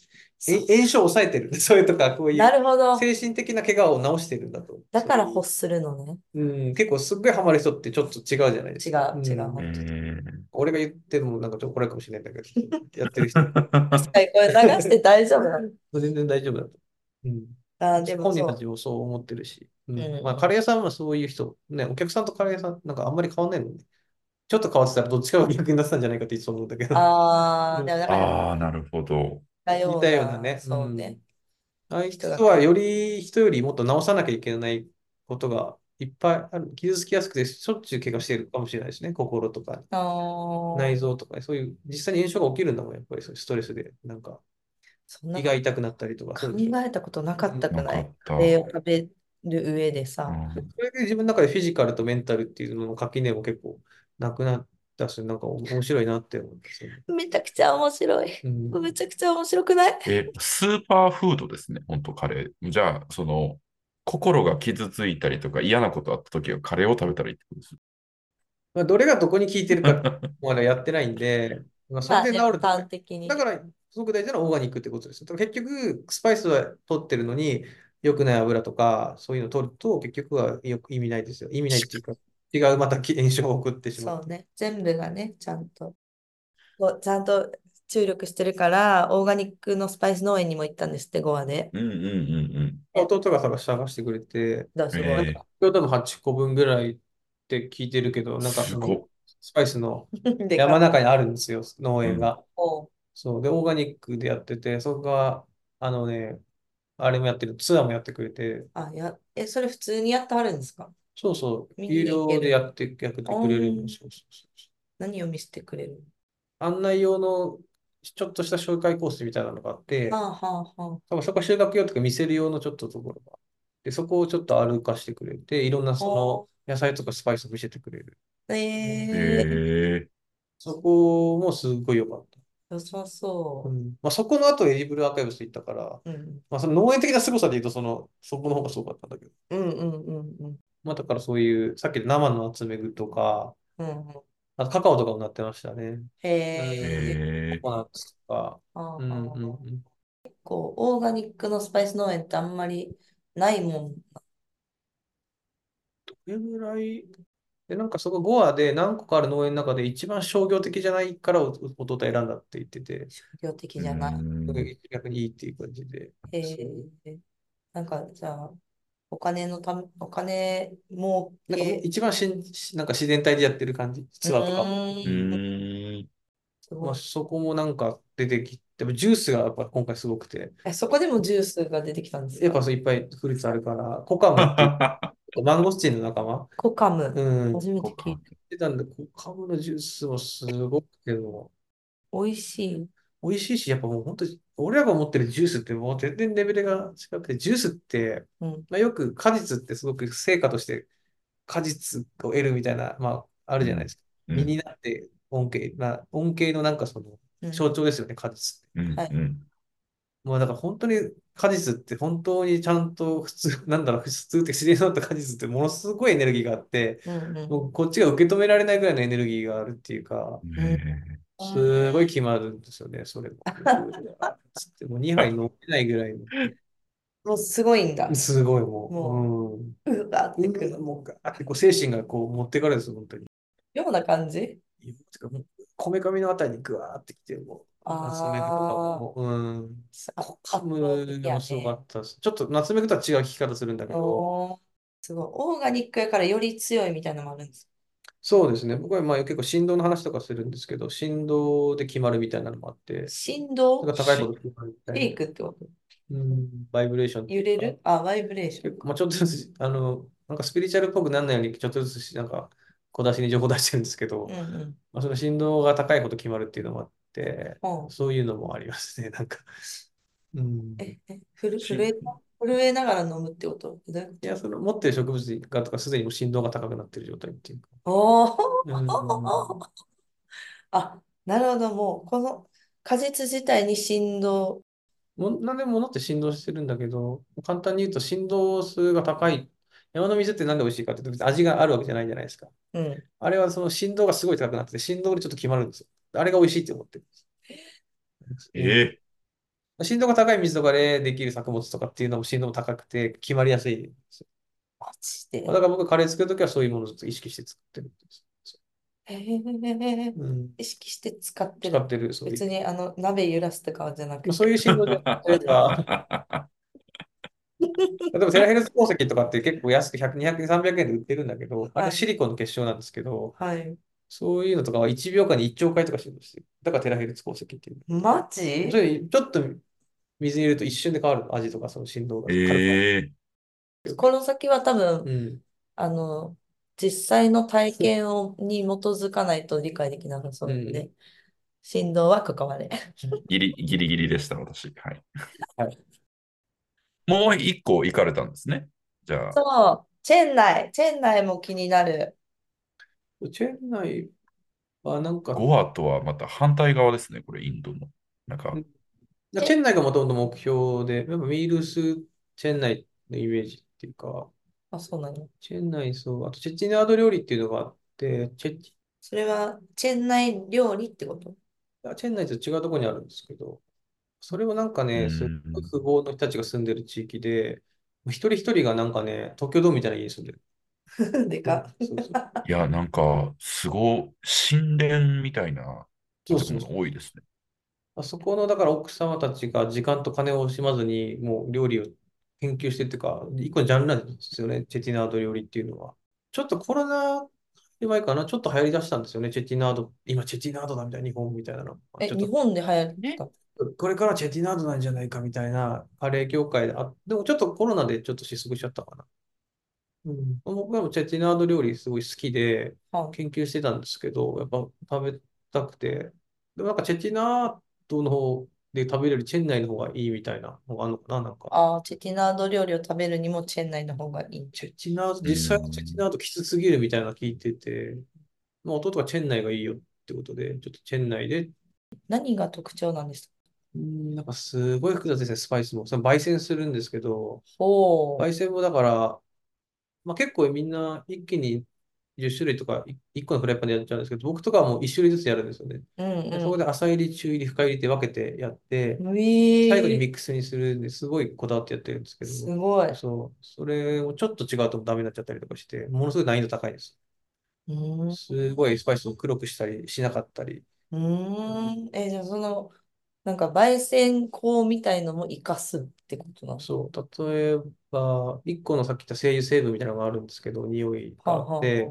S3: え炎症を抑えてる。 そういうとか、こうい
S2: な
S3: う
S2: るほど。
S3: 精神的な怪我を治してるんだと。
S2: だから
S3: そういう
S2: 欲するのね。
S3: うん、結構すっごいハマる人ってちょっと違うじゃないですか。
S2: 違う違うん
S1: うん。え
S3: 俺が言ってもなんかちょっと怒られるかもしれないんだけど、や って る人、
S1: ー
S2: はい、これ流して大丈夫なの
S3: 全然大丈夫だと。うん
S2: あーでも
S3: 本人
S2: そ
S3: た
S2: う。
S3: ちもそう思ってるし、うん
S2: うん
S3: まあ、カレー屋さんはそういう人、ね、お客さんとカレー屋さん、なんかあんまり変わんないのね。ちょっと変わってたらどっちかが逆になってたんじゃないかっていつも思うんだけど、
S2: あ
S3: あ
S2: あ、でもなんか
S1: ああ、なるほど。
S2: 似たよう
S3: 似たよう
S2: な
S3: なね
S2: そうね。
S3: あいう人はより人よりもっと直さなきゃいけないことがいっぱいある。傷つきやすくてしょっちゅう怪我してるかもしれないですね。心とか
S2: あー
S3: 内臓とか、そういう実際に炎症が起きるんだもん、やっぱりそういうストレスで、なんか
S2: そんな
S3: 胃が痛くなったりとか、
S2: 考
S3: そういうの
S2: えたことなかったく
S1: な
S2: な
S1: か
S2: い
S1: った。
S2: カレーを食べる上でさ。
S1: うん
S3: それで自分の中でフィジカルとメンタルっていうのの垣根も結構なくなったし、なんか面白いなって思うんですよね。
S2: めちゃくちゃ面白い。
S3: うん
S2: めちゃくちゃ面白くない
S1: え、スーパーフードですね、本当カレー。じゃあ、その、心が傷ついたりとか嫌なことあった時はカレーを食べたらいいってことです。
S3: まあ、どれがどこに効いてるかってまだやってないん で、まあ、そ
S2: まあ
S3: れで
S2: ね
S3: 治ると。
S2: 端的に。
S3: だから、すごく大事なのはオーガニックってことです。だから結局、スパイスは取ってるのに、良くない油とか、そういうの取ると、結局はよく意味ないですよ。意味ないっていうか、違う、また炎症を送ってしまう。
S2: そうね。全部がね、ちゃんと。こうちゃんと注力してるから、オーガニックのスパイス農園にも行ったんですって、ゴアで。
S1: うんうんうんうん。
S3: 弟が探してくれて、
S2: だからすごい。
S1: えー
S3: 今日多分8個分ぐらいって聞いてるけど、なんか
S1: す
S3: その
S1: ごっ。
S3: スパイスの
S2: で
S3: 山の
S2: か
S3: 中にあるんですよ、農園が。
S2: こ
S3: そう。で、オーガニックでやってて、そこが、あのね、あれもやってる、ツアーもやってくれて、
S2: うあ、や、え、それ普通にやってはるんですか
S3: そうそう、
S2: 見に
S3: 有
S2: 行
S3: 料
S2: ける
S3: でやって、やってくれる
S2: うん
S3: そうそうそう
S2: 何を見せてくれる
S3: 案内用のちょっとした紹介コースみたいなのがあって、
S2: はあはあは
S3: 多分そこは修学用とか見せる用のちょっとところが。で、そこをちょっと歩かしてくれて、いろんなその野菜とかスパイスを見せてくれる。
S2: あ。えー、
S1: え
S3: そこもすごい良かった。
S2: 良さ
S3: う
S2: そ
S3: んまあ、そこの後エディブルアーカイブス行ったから、
S2: う。うん
S3: まあ、その農園的な凄さで言うと、その、そこの方がすごかったんだけど。
S2: うんうんうんうん
S3: まあ、だからそういう、さっきの生の集め具とか、
S2: うんうん。
S3: あとカカオとかもなってましたね。
S1: ー、
S2: へえ。
S1: え
S3: ココナッツとか。
S2: あ
S3: うんうんう
S2: ー
S3: ん。
S2: こう、オーガニックのスパイス農園ってあんまりないもん。
S3: どれぐらいで、なんかそこゴアで何個かある農園の中で一番商業的じゃないからお弟選んだって言ってて、
S2: 商業的
S1: ー。
S2: じゃない。
S1: うん
S3: 逆にいいっていう感じで。
S2: へえ。なんか、じゃあ、お金のため、お金儲
S3: なんかも
S2: け、
S3: う一番しんしなんか自然体でやってる感じ、ツアーとか
S2: う
S3: も。
S1: う
S2: ーん
S1: ーん。
S2: す
S3: ま
S2: ご
S3: あ、
S2: い。
S3: そこもなんか出てきて、ジュースがやっぱ今回すごくて、
S2: え、そこでもジュースが出てきたんです
S3: やっ
S2: か
S3: ぱそういっぱいフルーツあるから、コカムっていうマンゴスチンの仲間、
S2: コカム。
S3: うん、
S2: 初めて
S1: こ
S2: 聞い
S3: 出たんで、コカムのジュースもすごくけど、
S2: た。美味しい。
S3: 美味しいし、やっぱもう本当に、俺らが持ってるジュースってもう全然レベルが違くて、ジュースって、
S2: うん
S3: まあ、よく果実ってすごく成果として果実を得るみたいな、まあ、あるじゃないですか。
S1: うん
S3: 実になって恩恵、まあ、恩恵のなんかその
S2: うん
S3: 象徴ですよね、果実って。
S1: うん
S2: はい
S1: うん
S3: まあだから本当に果実って本当にちゃんと普通、 なんだろう、普通って自然だった果実ってものすごいエネルギーがあって、
S2: うんうん。
S3: もうこっちが受け止められないぐらいのエネルギーがあるっていうか、
S1: え
S3: すごい決まるんですよね、それも。つってもう2杯飲めないぐらいの。
S2: もうすごいんだ。
S3: すごいもう、うん。
S2: うわってくるの。
S3: もうガーってこう精神がこう持ってかれるんですよ、本当に。
S2: ような感じ
S3: てかもうこめかみのあたりにグワーってきて、もう、
S2: あ
S3: 夏目くとかも、うん。
S2: あ
S3: こカムがすごかったです。ちょっと夏目くとは違う聞き方するんだけど、
S2: おーすごい。オーガニックやからより強いみたいなのもあるんです。
S3: そうですね。僕はまあ結構振動の話とかするんですけど、振動で決まるみたいなのもあって、
S2: 振
S3: そ
S2: 動、
S3: れが高いこと決まるみた
S2: シェ
S3: い
S2: イクってこと
S3: な、うん、バイブレーションと
S2: 揺れ
S3: か
S2: るあ、バイブレーション。
S3: 結構、まあ、ちょっとずつ、あの、なんかスピリチュアルっぽくならないように、ちょっとずつ、なんか、小出しに情報出してるんですけ
S2: う
S3: ど、
S2: んうん。
S3: まあ、その振動が高いほど決まるっていうのもあって、
S2: うん
S3: そういうのもありますね、なんか。うん。
S2: え、え、ふる、
S3: し
S2: 震えた、震えながら飲むってことどういうこ
S3: いや、その持ってる植物がとか、すでにもう振動が高くなってる状態っていうか。
S2: とお
S3: うん
S2: ーあ、なるほど。もう、この果実自体に振動。
S3: もう何でも物って振動してるんだけど、簡単に言うと振動数が高い。山の水ってなんで美味しいかっていうと、別に味があるわけじゃないじゃないですか。
S2: うん。
S3: あれはその振動がすごい高くなってて、振動でちょっと決まるんですよ。あれが美味しいって思ってるんです。うん
S1: え
S3: 振動が高い水とかでできる作物とかっていうのも振動も高くて決まりやすいんですよ。
S2: マジで。
S3: だから僕カレー作るときはそういうものをずっと意識して作ってるんです。
S2: へー
S3: うん、
S2: 意識して使って
S3: 使
S2: る。
S3: ってる、そういう。
S2: 別にあの鍋揺らすとかじゃなく
S3: ま
S2: て。
S3: あそういう振動で例えば、例えばテラヘルツ鉱石とかって結構安く100、200、300円で売ってるんだけど、あれシリコンの結晶なんですけど、
S2: はい。
S3: そういうのとかは1秒間に1兆回とか振動してる。だからテラヘルツ鉱石っていう。
S2: マジ
S3: それちょっと水に入れると一瞬で変わるの味とかその振動が
S1: ー、
S3: 軽くなる。
S1: えー、
S2: この先は多分、
S3: うん。
S2: あの、実際の体験をに基づかないと理解できなさそうなんで、
S3: う
S2: 振動は関われ。
S1: ギリギリギリでした、私。はい。
S3: はい
S1: もう一個行かれたんですね。じゃあ、
S2: そう、チェン内、チェン内も気になる。
S3: チェン内はなんか、
S1: ゴアとはまた反対側ですね、これ、インドの。なんか、
S3: チェン内がもともと目標で、やっぱミールスチェン内のイメージっていうか、
S2: あ、そうなの。
S3: チェン内そう、あとチェチナード料理っていうのがあって、チェチ、
S2: それは、チェン内料理ってこと
S3: あチェン内と違うところにあるんですけど、それはなんか
S1: う
S3: ね、
S1: ん
S3: すごい富豪の人たちが住んでる地域で、一人一人がなんかね、東京ドームみたいな家に住んでる。
S2: でか。
S3: そうそう
S1: いや、なんか、すごい、神殿みたいな
S3: そう
S1: 建
S3: そう
S1: 物が多いですね。
S3: あそこの、だから奥様たちが時間と金を惜しまずに、もう料理を研究してっていうか、一個のジャンルなんですよね、チェティナード料理っていうのは。ちょっとコロナ前かな、ちょっと流行り出したんですよね、チェティナード、今チェティナードだみたいな、日本みたいなの。
S2: え、
S3: ちょっ
S2: 日本で流行った。
S3: と、これからチェティナードなんじゃないかみたいな、カレー業界で、あ、でもちょっとコロナでちょっと失速しちゃったかな。うん、僕はもうチェティナード料理すごい好きで、
S2: はい
S3: 研究してたんですけど、やっぱ食べたくて、でもなんかチェチナートの方で食べれるチェンナイの方がいいみたいなのがあるのかな、なんか。
S2: あー、チェティナード料理を食べるにもチェン内の方がいい。
S3: チェチナート、実際はチェチナートきつすぎるみたいなの聞いてて、まあ、弟がチェンナイがいいよってことで、ちょっとチェンナイで、
S2: 何が特徴なんですか
S3: うん、なんかすごい複雑ですね、スパイスも。その焙煎するんですけど、
S2: ほう。
S3: 焙煎もだから、まあ、結構みんな一気に10種類とか1個のフライパンでやっちゃうんですけど、僕とかはもう1種類ずつやるんですよね。
S2: うん
S3: でそこで浅入り、中入り、深入りって分けてやって、
S2: うん。うえ
S3: 最後に
S2: ー
S3: ミックスにするんですごいこだわってやってるんですけ
S2: す
S3: ど、
S2: ごい。う
S3: そう、それをちょっと違うとダメになっちゃったりとかして、ものすごい難易度高いです。
S2: ーん。
S3: すごいスパイスを黒くしたりしなかったり、
S2: うーん。え、じゃあその、なんか焙煎香みたいのも活かすってことなの
S3: そう、例えば、1個のさっき言った精油成分みたいなのがあるんですけど、匂いが
S2: はあ
S3: あっ
S2: はあ
S3: て、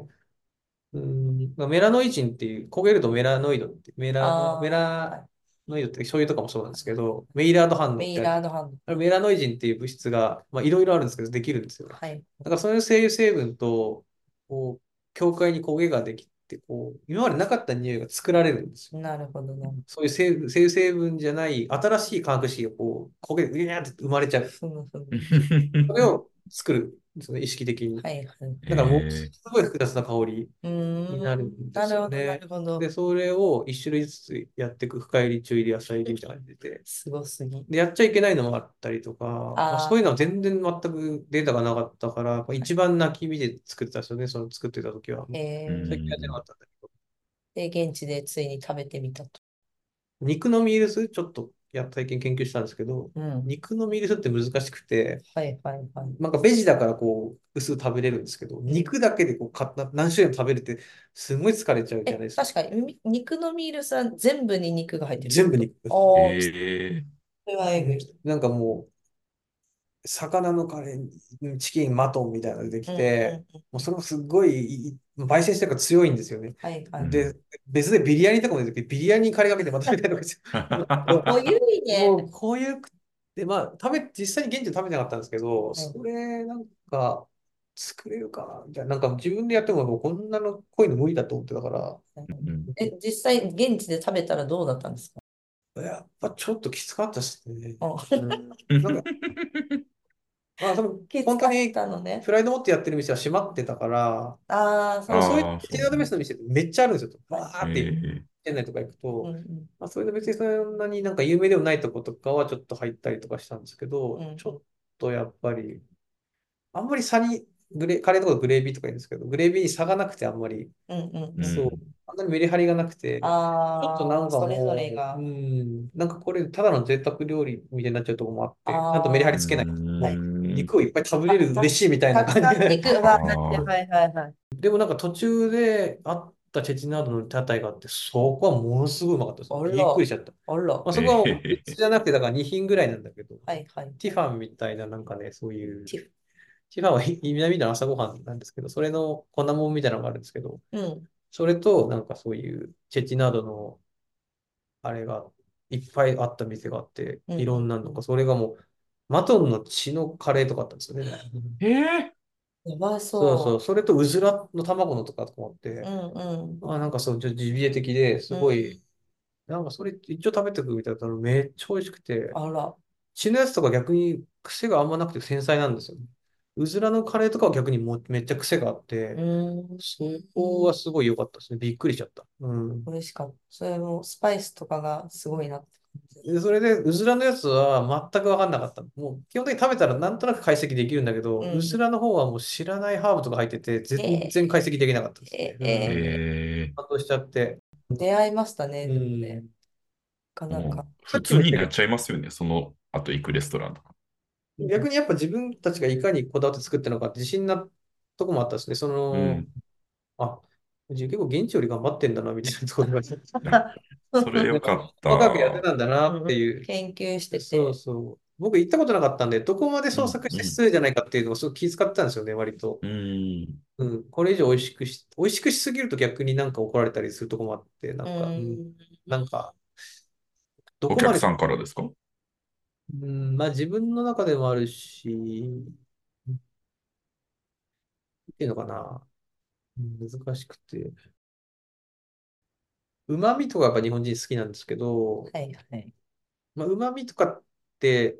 S3: うん、メラノイチンっていう、焦げるとメラノイドって、メラノ、
S2: あー
S3: メラノイドって醤油とかもそうなんですけど、メイラード反応っ
S2: メイ
S3: てある
S2: ラード反応。
S3: あれメラノイジンっていう物質が、まあ、いろいろあるんですけど、できるんですよ。だ
S2: はい。
S3: からそういう精油成分と、こう、境界に焦げができて、こう、今までなかった匂いが作られるんですよ。
S2: なるほどな。
S3: そういう精油、精油成分じゃない、新しい化学式がこう、焦げ、うにゃーって生まれちゃう。
S2: ふむふむ。
S3: それを作る。その意識的に。だ
S2: はいはい。
S3: からも
S1: え
S3: う、
S1: ー
S3: すごい複雑な香り。
S2: うー
S3: に
S2: ん。
S3: なるんで
S2: な
S3: す
S2: る
S3: よ
S2: ほど、な
S3: ね
S2: るほど。
S3: で、それを一種類ずつやっていく。深入り、中入り、浅入りみたいな感じで。
S2: すごすぎ。
S3: で、やっちゃいけないのもあったりとか、まあ
S2: あー
S3: そういうのは全然全くデータがなかったから、やっぱ一番泣き見で作ってたんですよね、その作ってた時は。
S2: え
S1: う
S2: ー
S1: ん
S3: 最近やってなかったんだけど。
S2: で、現地でついに食べてみたと。
S3: 肉のミールス、ちょっとや、体験研究したんですけど、
S2: うん。
S3: 肉のミルスって難しくて、
S2: はいはいはい。
S3: なんかベジだからこう、薄く食べれるんですけど、肉だけでこう、かな何種類も食べるって、すごい疲れちゃうじゃ
S2: え、
S3: ないですか。
S2: 確かに、み肉のミールスは全部に肉が入ってる。
S3: 全部肉。
S2: おー、
S1: え
S2: それはえぐい。
S3: なんかもう、魚のカレー、チキン、マトンみたいなのができ
S2: うん
S3: て、
S2: うんうん
S3: もうそれもすっごいいい、焙煎してるから強いんですよね。
S2: はいはい。
S1: うん
S3: で、別でビリヤニとかも出てきて、ビリヤニにカレーかけてまたみたいなの が
S2: 濃ゆいね。
S3: もうこういう、で、まあ、食べ、実際に現地で食べてなかったんですけど、それ、なんか、作れるかなみたいな。なんか自分でやっても、もうこんなの濃いの無理だと思ってたから、
S2: え、実際、現地で食べたらどうだったんですか
S3: やっぱちょっときつかったですね。
S2: あ
S3: う んなんか、まあ、多分、本当に、
S2: たのね。
S3: フライドモットやってる店は閉まってたから、
S2: ああ、
S3: でもそうい
S1: あ
S3: う
S1: ー
S3: ティーダードベースの店ってめっちゃあるんですよ。バーって店
S1: え
S3: 内とか行く
S2: う
S3: と、
S2: んうん
S3: まあ、それで別にそんなになんか有名でもないとことかはちょっと入ったりとかしたんですけど、
S2: うん
S3: ちょっとやっぱり、あんまり差に、グレ、カレーとかグレービーとか言うんですけど、グレービーに差がなくてあんまり、
S2: うんうん
S1: うん
S3: そう、あんなにメリハリがなくて、ちょ
S2: あ
S3: っとなん
S2: あ、
S3: か
S2: それぞれ
S3: もう、
S2: が。
S3: うん、なんかこれただの贅沢料理みたいになっちゃうとこもあって、ち
S2: あー
S3: ゃんとメリハリつけない。
S1: はい
S3: 肉をいっぱい食べれると嬉しいみたいな
S2: たく
S3: 感
S2: さ
S3: じ
S2: ん
S3: で。
S2: 肉が入って、はいはいはい。
S3: でもなんか途中であったチェチナードの屋台があって、そこはものすごいうまかったです。
S2: あら
S3: びっくりしちゃった。
S2: あら
S3: ま。あ、そこはもう
S1: えへへ
S3: 別じゃなくて、だから2品ぐらいなんだけど、
S2: はいはい。
S3: ティファンみたいななんかね、そういう、
S2: ティフ
S3: ティファンは南の朝ごはんなんですけど、それの粉もんみたいなのがあるんですけど、
S2: うん。
S3: それとなんかそういうチェチナードのあれがいっぱいあった店があって、
S2: うん
S3: いろんなのが、それがもうマトンの血のカレーとかあったんですよね。
S1: え
S2: やば
S3: そうそ
S2: そ
S3: う、それとうずらの卵のとかとかもあって、
S2: う。うんうん。
S3: あ、なんかそう、ちょっとジビエ的ですごい、なんかそれ一応食べてくみたいなのめっちゃ美味しくて、
S2: あら。
S3: 血のやつとか逆に癖があんまなくて繊細なんですよね。うずらのカレーとかは逆にもうめっちゃ癖があって、
S2: うん。
S3: そこはすごい良かったですね。びっくりしちゃった。うん。
S2: 美味しかった。それもスパイスとかがすごいなって感じ。
S3: で、それで、うずらのやつは全く分かんなかった。もう基本的に食べたらなんとなく解析できるんだけど、
S2: うん
S3: うずらの方はもう知らないハーブとか入ってて、全然解析できなかったですね。
S2: ええ
S3: うん。
S1: え
S3: 感動しちゃって。
S2: 出会いましたね、
S3: う
S2: でもね
S3: ん。
S2: かなんか。
S1: 普通になっちゃいますよね、その後行くレストランとか。
S3: 逆にやっぱ自分たちがいかにこだわって作ってるのかって自信なとこもあったしね、その、あ、自分結構現地より頑張ってんだなみたいなところが、
S1: それよかった。
S3: 細かくやってたんだなっていう。
S2: 研究してて。
S3: そうそう。僕行ったことなかったんで、どこまで創作して失礼じゃないかっていうのをすごく気遣ってたんですよね、割と。
S1: うん。
S3: うん。これ以上美味しくし、美味しくしすぎると逆になんか怒られたりするとこもあって、なん
S2: う
S3: か、うん
S2: ん。
S3: なんか、ど
S1: お
S3: こま
S1: 客
S3: で
S1: さんからですか
S3: うん、まあ自分の中でもあるし、っていうのかな。うん難しくて。うまみとかが日本人好きなんですけど、
S2: はいはい。
S3: まあ、うまみとかって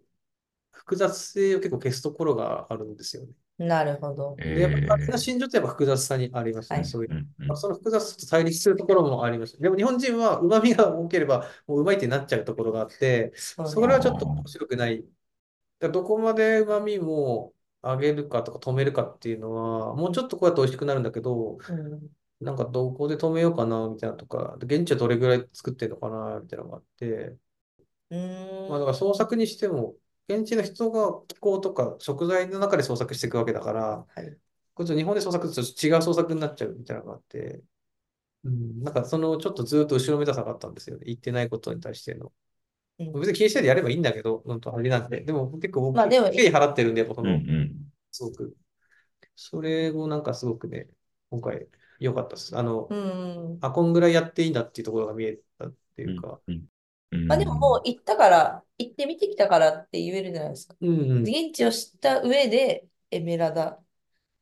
S3: 複雑性を結構消すところがあるんですよね。
S2: なるほど。
S3: で、やっぱ
S1: え
S3: り
S1: え
S3: 勝手な心情ってやっぱ複雑さにありますね。
S2: はい
S3: そういう。
S1: うんうん
S3: まあその複雑さと対立するところもあります。でも日本人はうまみが多ければもううまいってなっちゃうところがあって、
S2: そう
S3: そ
S2: ね
S3: れはちょっと面白くない。だからどこまで旨味も上げるかとか止めるかっていうのは、もうちょっとこうやって美味しくなるんだけど、
S2: うん
S3: なんかどこで止めようかなみたいなとか、で現地はどれぐらい作ってるのかなみたいなのがあって、
S2: うーん。
S3: まあだから創作にしても、現地の人が気候とか食材の中で創作していくわけだから、
S2: はい
S3: こっち日本で創作すると違う創作になっちゃうみたいなのがあって、うん、なんかそのちょっとずっと後ろめたさがあったんですよね。言ってないことに対しての。
S2: うん
S3: 別に気にしないでやればいいんだけど、本当あれなんで。でも結構僕、
S2: まあでも
S3: 敬意払ってるんで、やっぱこ
S1: うん
S3: の、
S1: うん
S3: すごく。それをなんかすごくね、今回良かったです。あの
S2: う、ん。
S3: あ、こんぐらいやっていいんだっていうところが見えたっていうか、
S1: うんうん
S2: まあでももう行ったから、行ってみてきたからって言えるじゃないですか。
S3: うんうん、
S2: 現地を知った上でエメラダ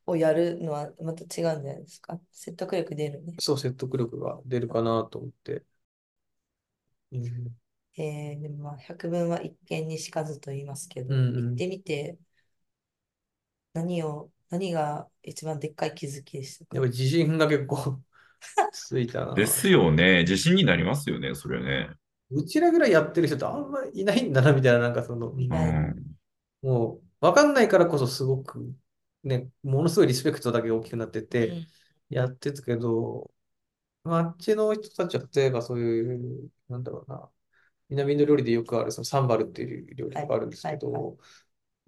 S2: をやるのはまた違うんじゃないですか。説得力出るね。
S3: そう説得力が出るかなと思って。うん、
S2: えー、でもまあ百聞は一見にしかずと言いますけど、
S3: うんうん
S2: 行ってみて、何を、何が一番でっかい気づきでした
S3: や
S2: か
S3: っぱり自信が結構 ついたな。
S1: ですよね。自信になりますよね、それね。
S3: うちらぐらいやってる人ってあんまりいないんだな、みたいな、なんかその、
S1: う
S2: はい
S1: ん。
S3: もう、わかんないからこそすごく、ね、ものすごいリスペクトだけ大きくなって
S2: う
S3: て、
S2: ん
S3: やってたけど、まああっちの人たちは、例えばそういう、なんだろうな、南インド料理でよくあるそのサンバルっていう料理とかあるんですけど、
S2: はいは
S3: も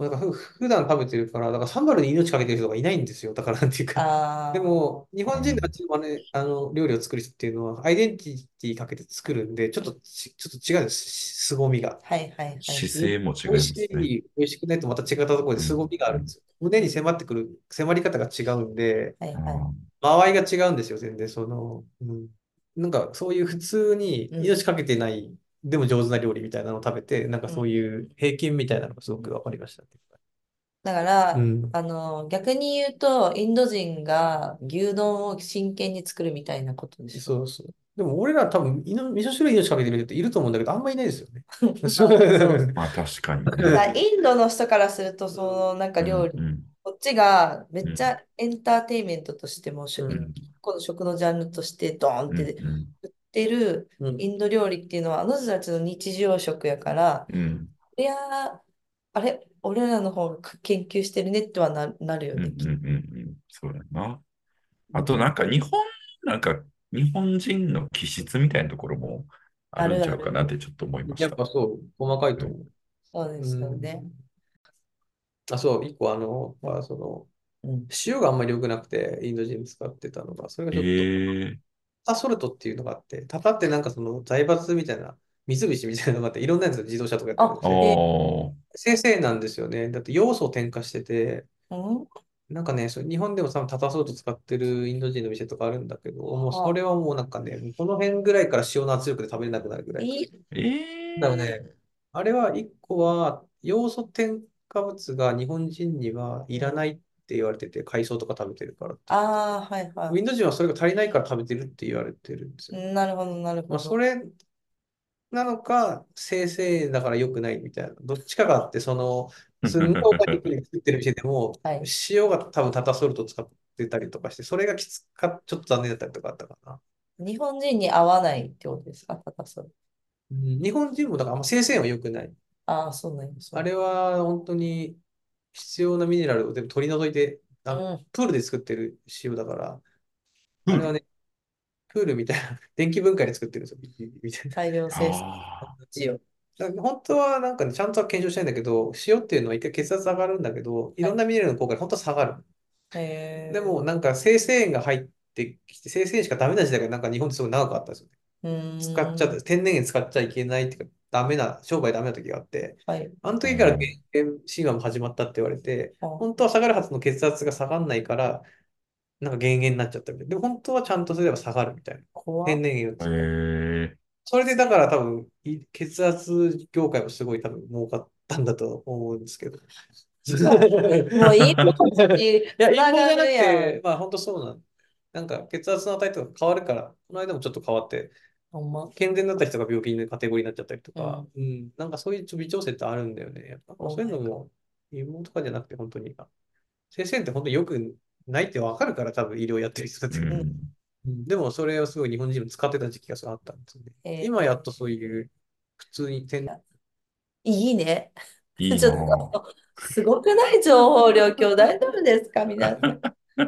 S3: うなんかふ普段食べてるから、だからサンバルに命かけてる人がいないんですよ。だからなんていうか。
S2: あー
S3: でも、日本人がちの真似あの料理を作る人っていうのは、アイデンティティかけて作るんで、ちょっとち、ちょっと違うんです、し凄みが。
S2: はいはいはい。
S1: 姿勢も違い
S3: 美
S1: ま
S3: 味し
S1: すね。
S3: い、美味しくないとまた違ったところで凄みがあるんですよ。胸に迫ってくる、迫り方が違うんで、
S2: はい
S1: あ
S2: はい。
S1: ー
S3: 間合いが違うんですよ、全然。その、うん。なんか、そういう普通に
S2: うん
S3: 命かけてない、でも上手な料理みたいなのを食べて、なんかそういう平均みたいなのがすごく分かりました。
S2: だから、
S3: うん。
S2: あの、逆に言うと、インド人が牛丼を真剣に作るみたいなことでしょ。
S3: そうそう。でも俺ら多分、いの味噌汁に命かけてる人っていると思うんだけど、あんまいないですよね。 そう
S2: そう
S1: まあ確かにね。
S2: だからインドの人からすると、そのなんか料理、
S1: うんうん
S2: こっちがめっちゃエンターテインメントとしても、し
S3: うん
S2: この食のジャンルとしてドーン
S1: う
S2: っ
S1: ん
S2: て売ってる
S3: うん
S2: インド料理っていうのは、あの人たちの日常食やから、
S1: うんうん
S2: いやー、あれ、俺らの方が研究してるねってはな、なるよ
S1: うんうん
S2: ね。きっと
S1: うんうんそうだな。あとなんか日本、なんか日本人の気質みたいなところもあるんちゃうかなってちょっと思いまし。
S3: やったぱそう、細かいと思う。
S2: そうですよね。
S3: あ、そう、一個あの、まあ、その、
S2: うん。
S3: 塩があんまり良くなくて、インド人使ってたのが、それがちょっと、
S1: ええ
S3: タタソルトっていうのがあって、タタってなんかその財閥みたいな、三菱みたいなのがあって、いろんなやつ自動車とかやってるんで
S1: あ
S3: すよ。
S1: ー
S3: 生成なんですよね。だって要素を添加してて、
S2: うん
S3: なんかね、そう日本でも多分タタソルト使ってるインド人の店とかあるんだけど、もうそれはもうなんかね、この辺ぐらいから塩の圧力で食べれなくなるぐらい。
S2: いい、
S1: ええ
S3: だよね。あれは一個は要素添加物が日本人にはいらないって言われてて、海藻とか食べてるからって。
S2: ああ、はいは
S3: インド人はそれが足りないから食べてるって言われてるんですよ。
S2: い。なるほど、なるほ
S3: まあ、
S2: ど。
S3: それなのか、生成だから良くないみたいな。どっちかがあって、その、すんごいオーガニックに作ってる店でも
S2: はい、
S3: 塩が多分タタソルト使ってたりとかして、それがきつか、ちょっと残念だったりとかあったかな。
S2: 日本人に合わないってことですか、高さ。
S3: うん日本人もだからあんま生成は良くない。
S2: ああ、そうなんですね
S3: あれは本当に必要なミネラルを全部取り除いて、あの
S2: うん、
S3: プールで作ってる塩だから、
S1: プール
S3: あれはね、プールみたいな、電気分解で作ってるんですよ、みたいな。
S2: 大量生産
S1: あ
S2: 塩。
S3: だから本当はなんかね、ちゃんとは検証したいんだけど、塩っていうのは一回血圧上がるんだけど、いろんなミネラルの効果で本当は下がる。
S2: へえ。
S3: でも、なんか生成塩が入ってきて、生成塩しかダメな時代がなんか日本ってすごい長かったんですよね。
S2: うーん、
S3: 使っちゃった、天然塩使っちゃいけないっていうか、ダメな、商売ダメな時があって、
S2: はい。
S3: あの時から減塩神話も始まったって言われて、
S2: あ
S3: 本当は下がるはずの血圧が下がらないから、なんか減塩になっちゃったみたいで、本当はちゃんとすれば下がるみたいな。
S2: 怖
S3: 天然塩
S1: あ。ええ
S3: それでだから多分、い血圧業界もすごい多分儲かったんだと思うんですけ ど。い
S2: もういい話。
S3: や、陰謀じゃ
S2: 繋が
S3: なく
S2: るやん
S3: て、まあ本当そうなん。なんか血圧の値とか変わるから、この間もちょっと変わって、
S2: ほんま。
S3: 健全だった人が病気のカテゴリーになっちゃったりとか、うん、なんかそういうちょ微調整ってあるんだよね。やっぱ
S2: うん
S3: そういうのも、陰謀とかじゃなくて本当に、あ先生って本当によくないってわかるから多分医療やってる人たち
S1: う
S3: が。
S1: ん
S3: うんでもそれをすごい日本人も使ってた時期がすごいあったんですよね。
S2: えー
S3: 今やっとそういう普通に天
S2: いいね。
S1: いいな
S2: ちょっすごくない情報量、今日大丈夫ですか、皆さん。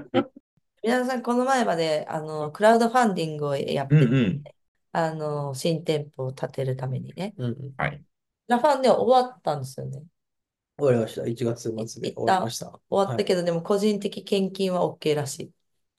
S2: 皆さん、この前まで、あの、クラウドファンディングをやっ
S1: う
S2: て
S1: ん
S2: て、
S1: うん。
S2: あの、新店舗を建てるためにね。
S3: うんうん。
S1: はい。
S2: ラファンでは終わったんですよね。
S3: 終わりました。1月末で終わりました。
S2: 終わったけど、でも個人的献金は OK らしい。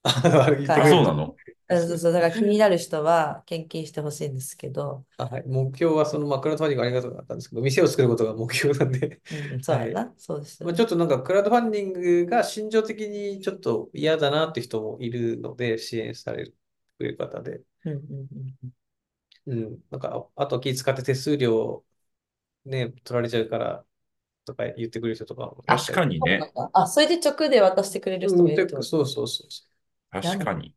S3: あ 言ってく
S1: あ、
S3: れ
S1: そう
S3: る
S1: なの
S2: あそうそう、だから気になる人は献金してほしいんですけど、
S3: あはい。目標はそのまあクラウドファンディングありがとうだったんですけど、店を作ることが目標なんで、
S2: うん、そうやな、そうですよ
S3: まあ、ちょっとなんかクラウドファンディングが心情的にちょっと嫌だなって人もいるので、支援されるくれる方で、
S2: うんうんうんうん
S3: うん、なんか、あと気使って手数料ね、取られちゃうからとか言ってくれる人とかもいらっし
S1: 確
S3: ゃ
S1: か
S3: る。
S1: にね。
S2: あ、それで直で渡してくれる人もいるって
S3: うん
S2: こと
S3: でそうそうそうそ
S1: 確かに。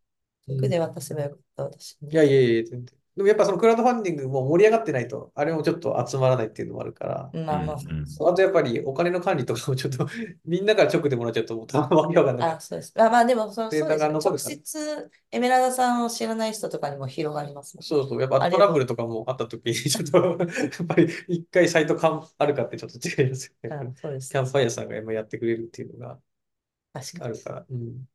S3: う。
S2: 直
S3: うん
S2: で渡せばよかった、私も
S3: いやいやいや、全然。でもやっぱそのクラウドファンディングも盛り上がってないと、あれもちょっと集まらないっていうのもあるから、
S2: まあまあ、
S1: うんうん
S3: あとやっぱりお金の管理とかもちょっと みんなから直でもらっちゃうともう多分わけわかんない。
S2: あ、そうです。あ、まあでも、そう、
S3: デー
S2: そう
S3: タ
S2: です
S3: が
S2: よ。直
S3: 残るから
S2: 接、エメラルダさんを知らない人とかにも広がりますもん
S3: そうそう、やっぱ
S2: あれ
S3: トラブルとかもあった時に、 ちょっとやっぱり一回サイトかんあるかってちょっと違いますよね。
S2: うんそうです。
S3: キャンプファイヤーさんが今やってくれるっていうのが
S2: 確か
S3: あ
S2: に
S3: る。から。うん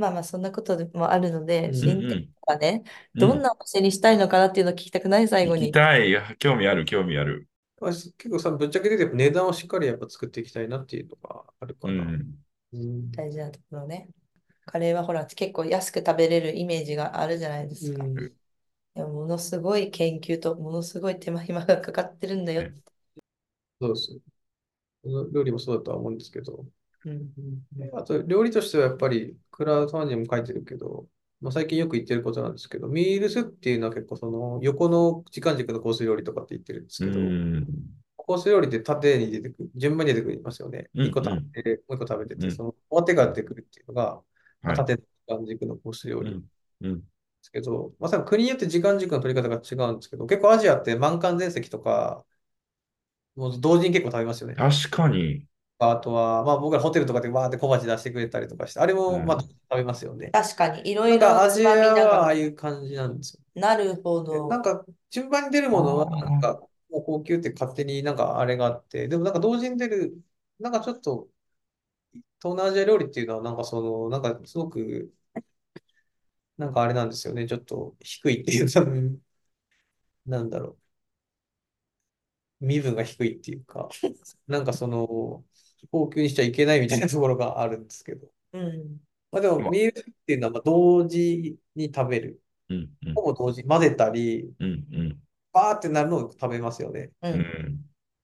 S2: まあまあ、そんなことでもあるの
S3: う
S2: で、
S3: ん
S2: 新店
S1: ん
S2: 舗はね、
S1: うん。
S2: ど
S1: うんん。
S2: なお店にしたいのかなっていうのを聞きたくない、最後
S1: 行き
S2: に。
S1: たい。いや興味ある、興味ある。
S3: まあ、結構さ、ぶっちゃけ出てやっぱ値段をしっかりやっぱ作っていきたいなっていうのがあるか
S1: う
S3: な。
S1: ん。
S3: うん。
S2: 大事なところね。カレーはほら、結構安く食べれるイメージがあるじゃないで
S3: う
S2: すか。
S3: ん。
S2: でも、ものすごい研究と、ものすごい手間暇がかかってるんだよっ
S1: ね
S2: て。
S3: そうです。料理もそうだとは思うんですけど。
S2: うん。
S3: うんであと、料理としてはやっぱり、クラウドファンディングも書いてるけど、まあ、最近よく言ってることなんですけど、ミールスっていうのは結構その横の時間軸のコース料理とかって言ってるんです
S1: う
S3: けど、
S1: ん。
S3: コース料理って縦に出てくる、順番に出てくりますよね。
S1: う
S3: 1
S1: ん。
S3: 個
S1: う
S3: 食
S1: ん。
S3: べて、もう1個食べて
S1: う
S3: て、そ
S1: ん。
S3: の表が出てくるっていうのが、ま
S1: は
S3: あ、
S1: い。
S3: 縦の時間軸のコース料
S1: う
S3: 理で
S1: ん。うん。
S3: すけど、まあ、多分国によって時間軸の取り方が違うんですけど、結構アジアって満館全席とか、もう同時に結構食べますよね。
S1: 確かに。
S3: あとは、まあ、僕らホテルとかでわーって小鉢出してくれたりとかして、あれ
S1: う
S3: もまあ
S1: ん。
S3: 食べますよね。
S2: 確かに、いろ
S3: ないんか
S2: ろ
S3: ア
S2: つ
S3: ジ
S2: まみ
S3: ア
S2: なが
S3: はあ
S2: ら。
S3: あいう感じなんですよ。
S2: なるほ
S3: でな
S2: ど。
S3: んか順番に出るものは、なん
S1: ああ。
S3: かもう高級って勝手になんかあれがあって、でもなんか同時に出る、なんかちょっと東南アジア料理っていうのは、なんかその、なんかすごく、なんかあれなんですよね。ちょっと低いっていう、多分、なんだろう、身分が低いっていうか、なんかその、高級にしちゃいけないみたいなところがあるんですけど。
S2: うん。
S3: まあでも、
S1: ま
S3: ミールっていうのは、まあ同時に食べる。
S1: うんう
S3: ほ
S1: ん
S3: ぼ同時、混ぜたり、
S1: うんうん
S3: バーってなるのを食べますよね。
S2: う。
S1: うんん。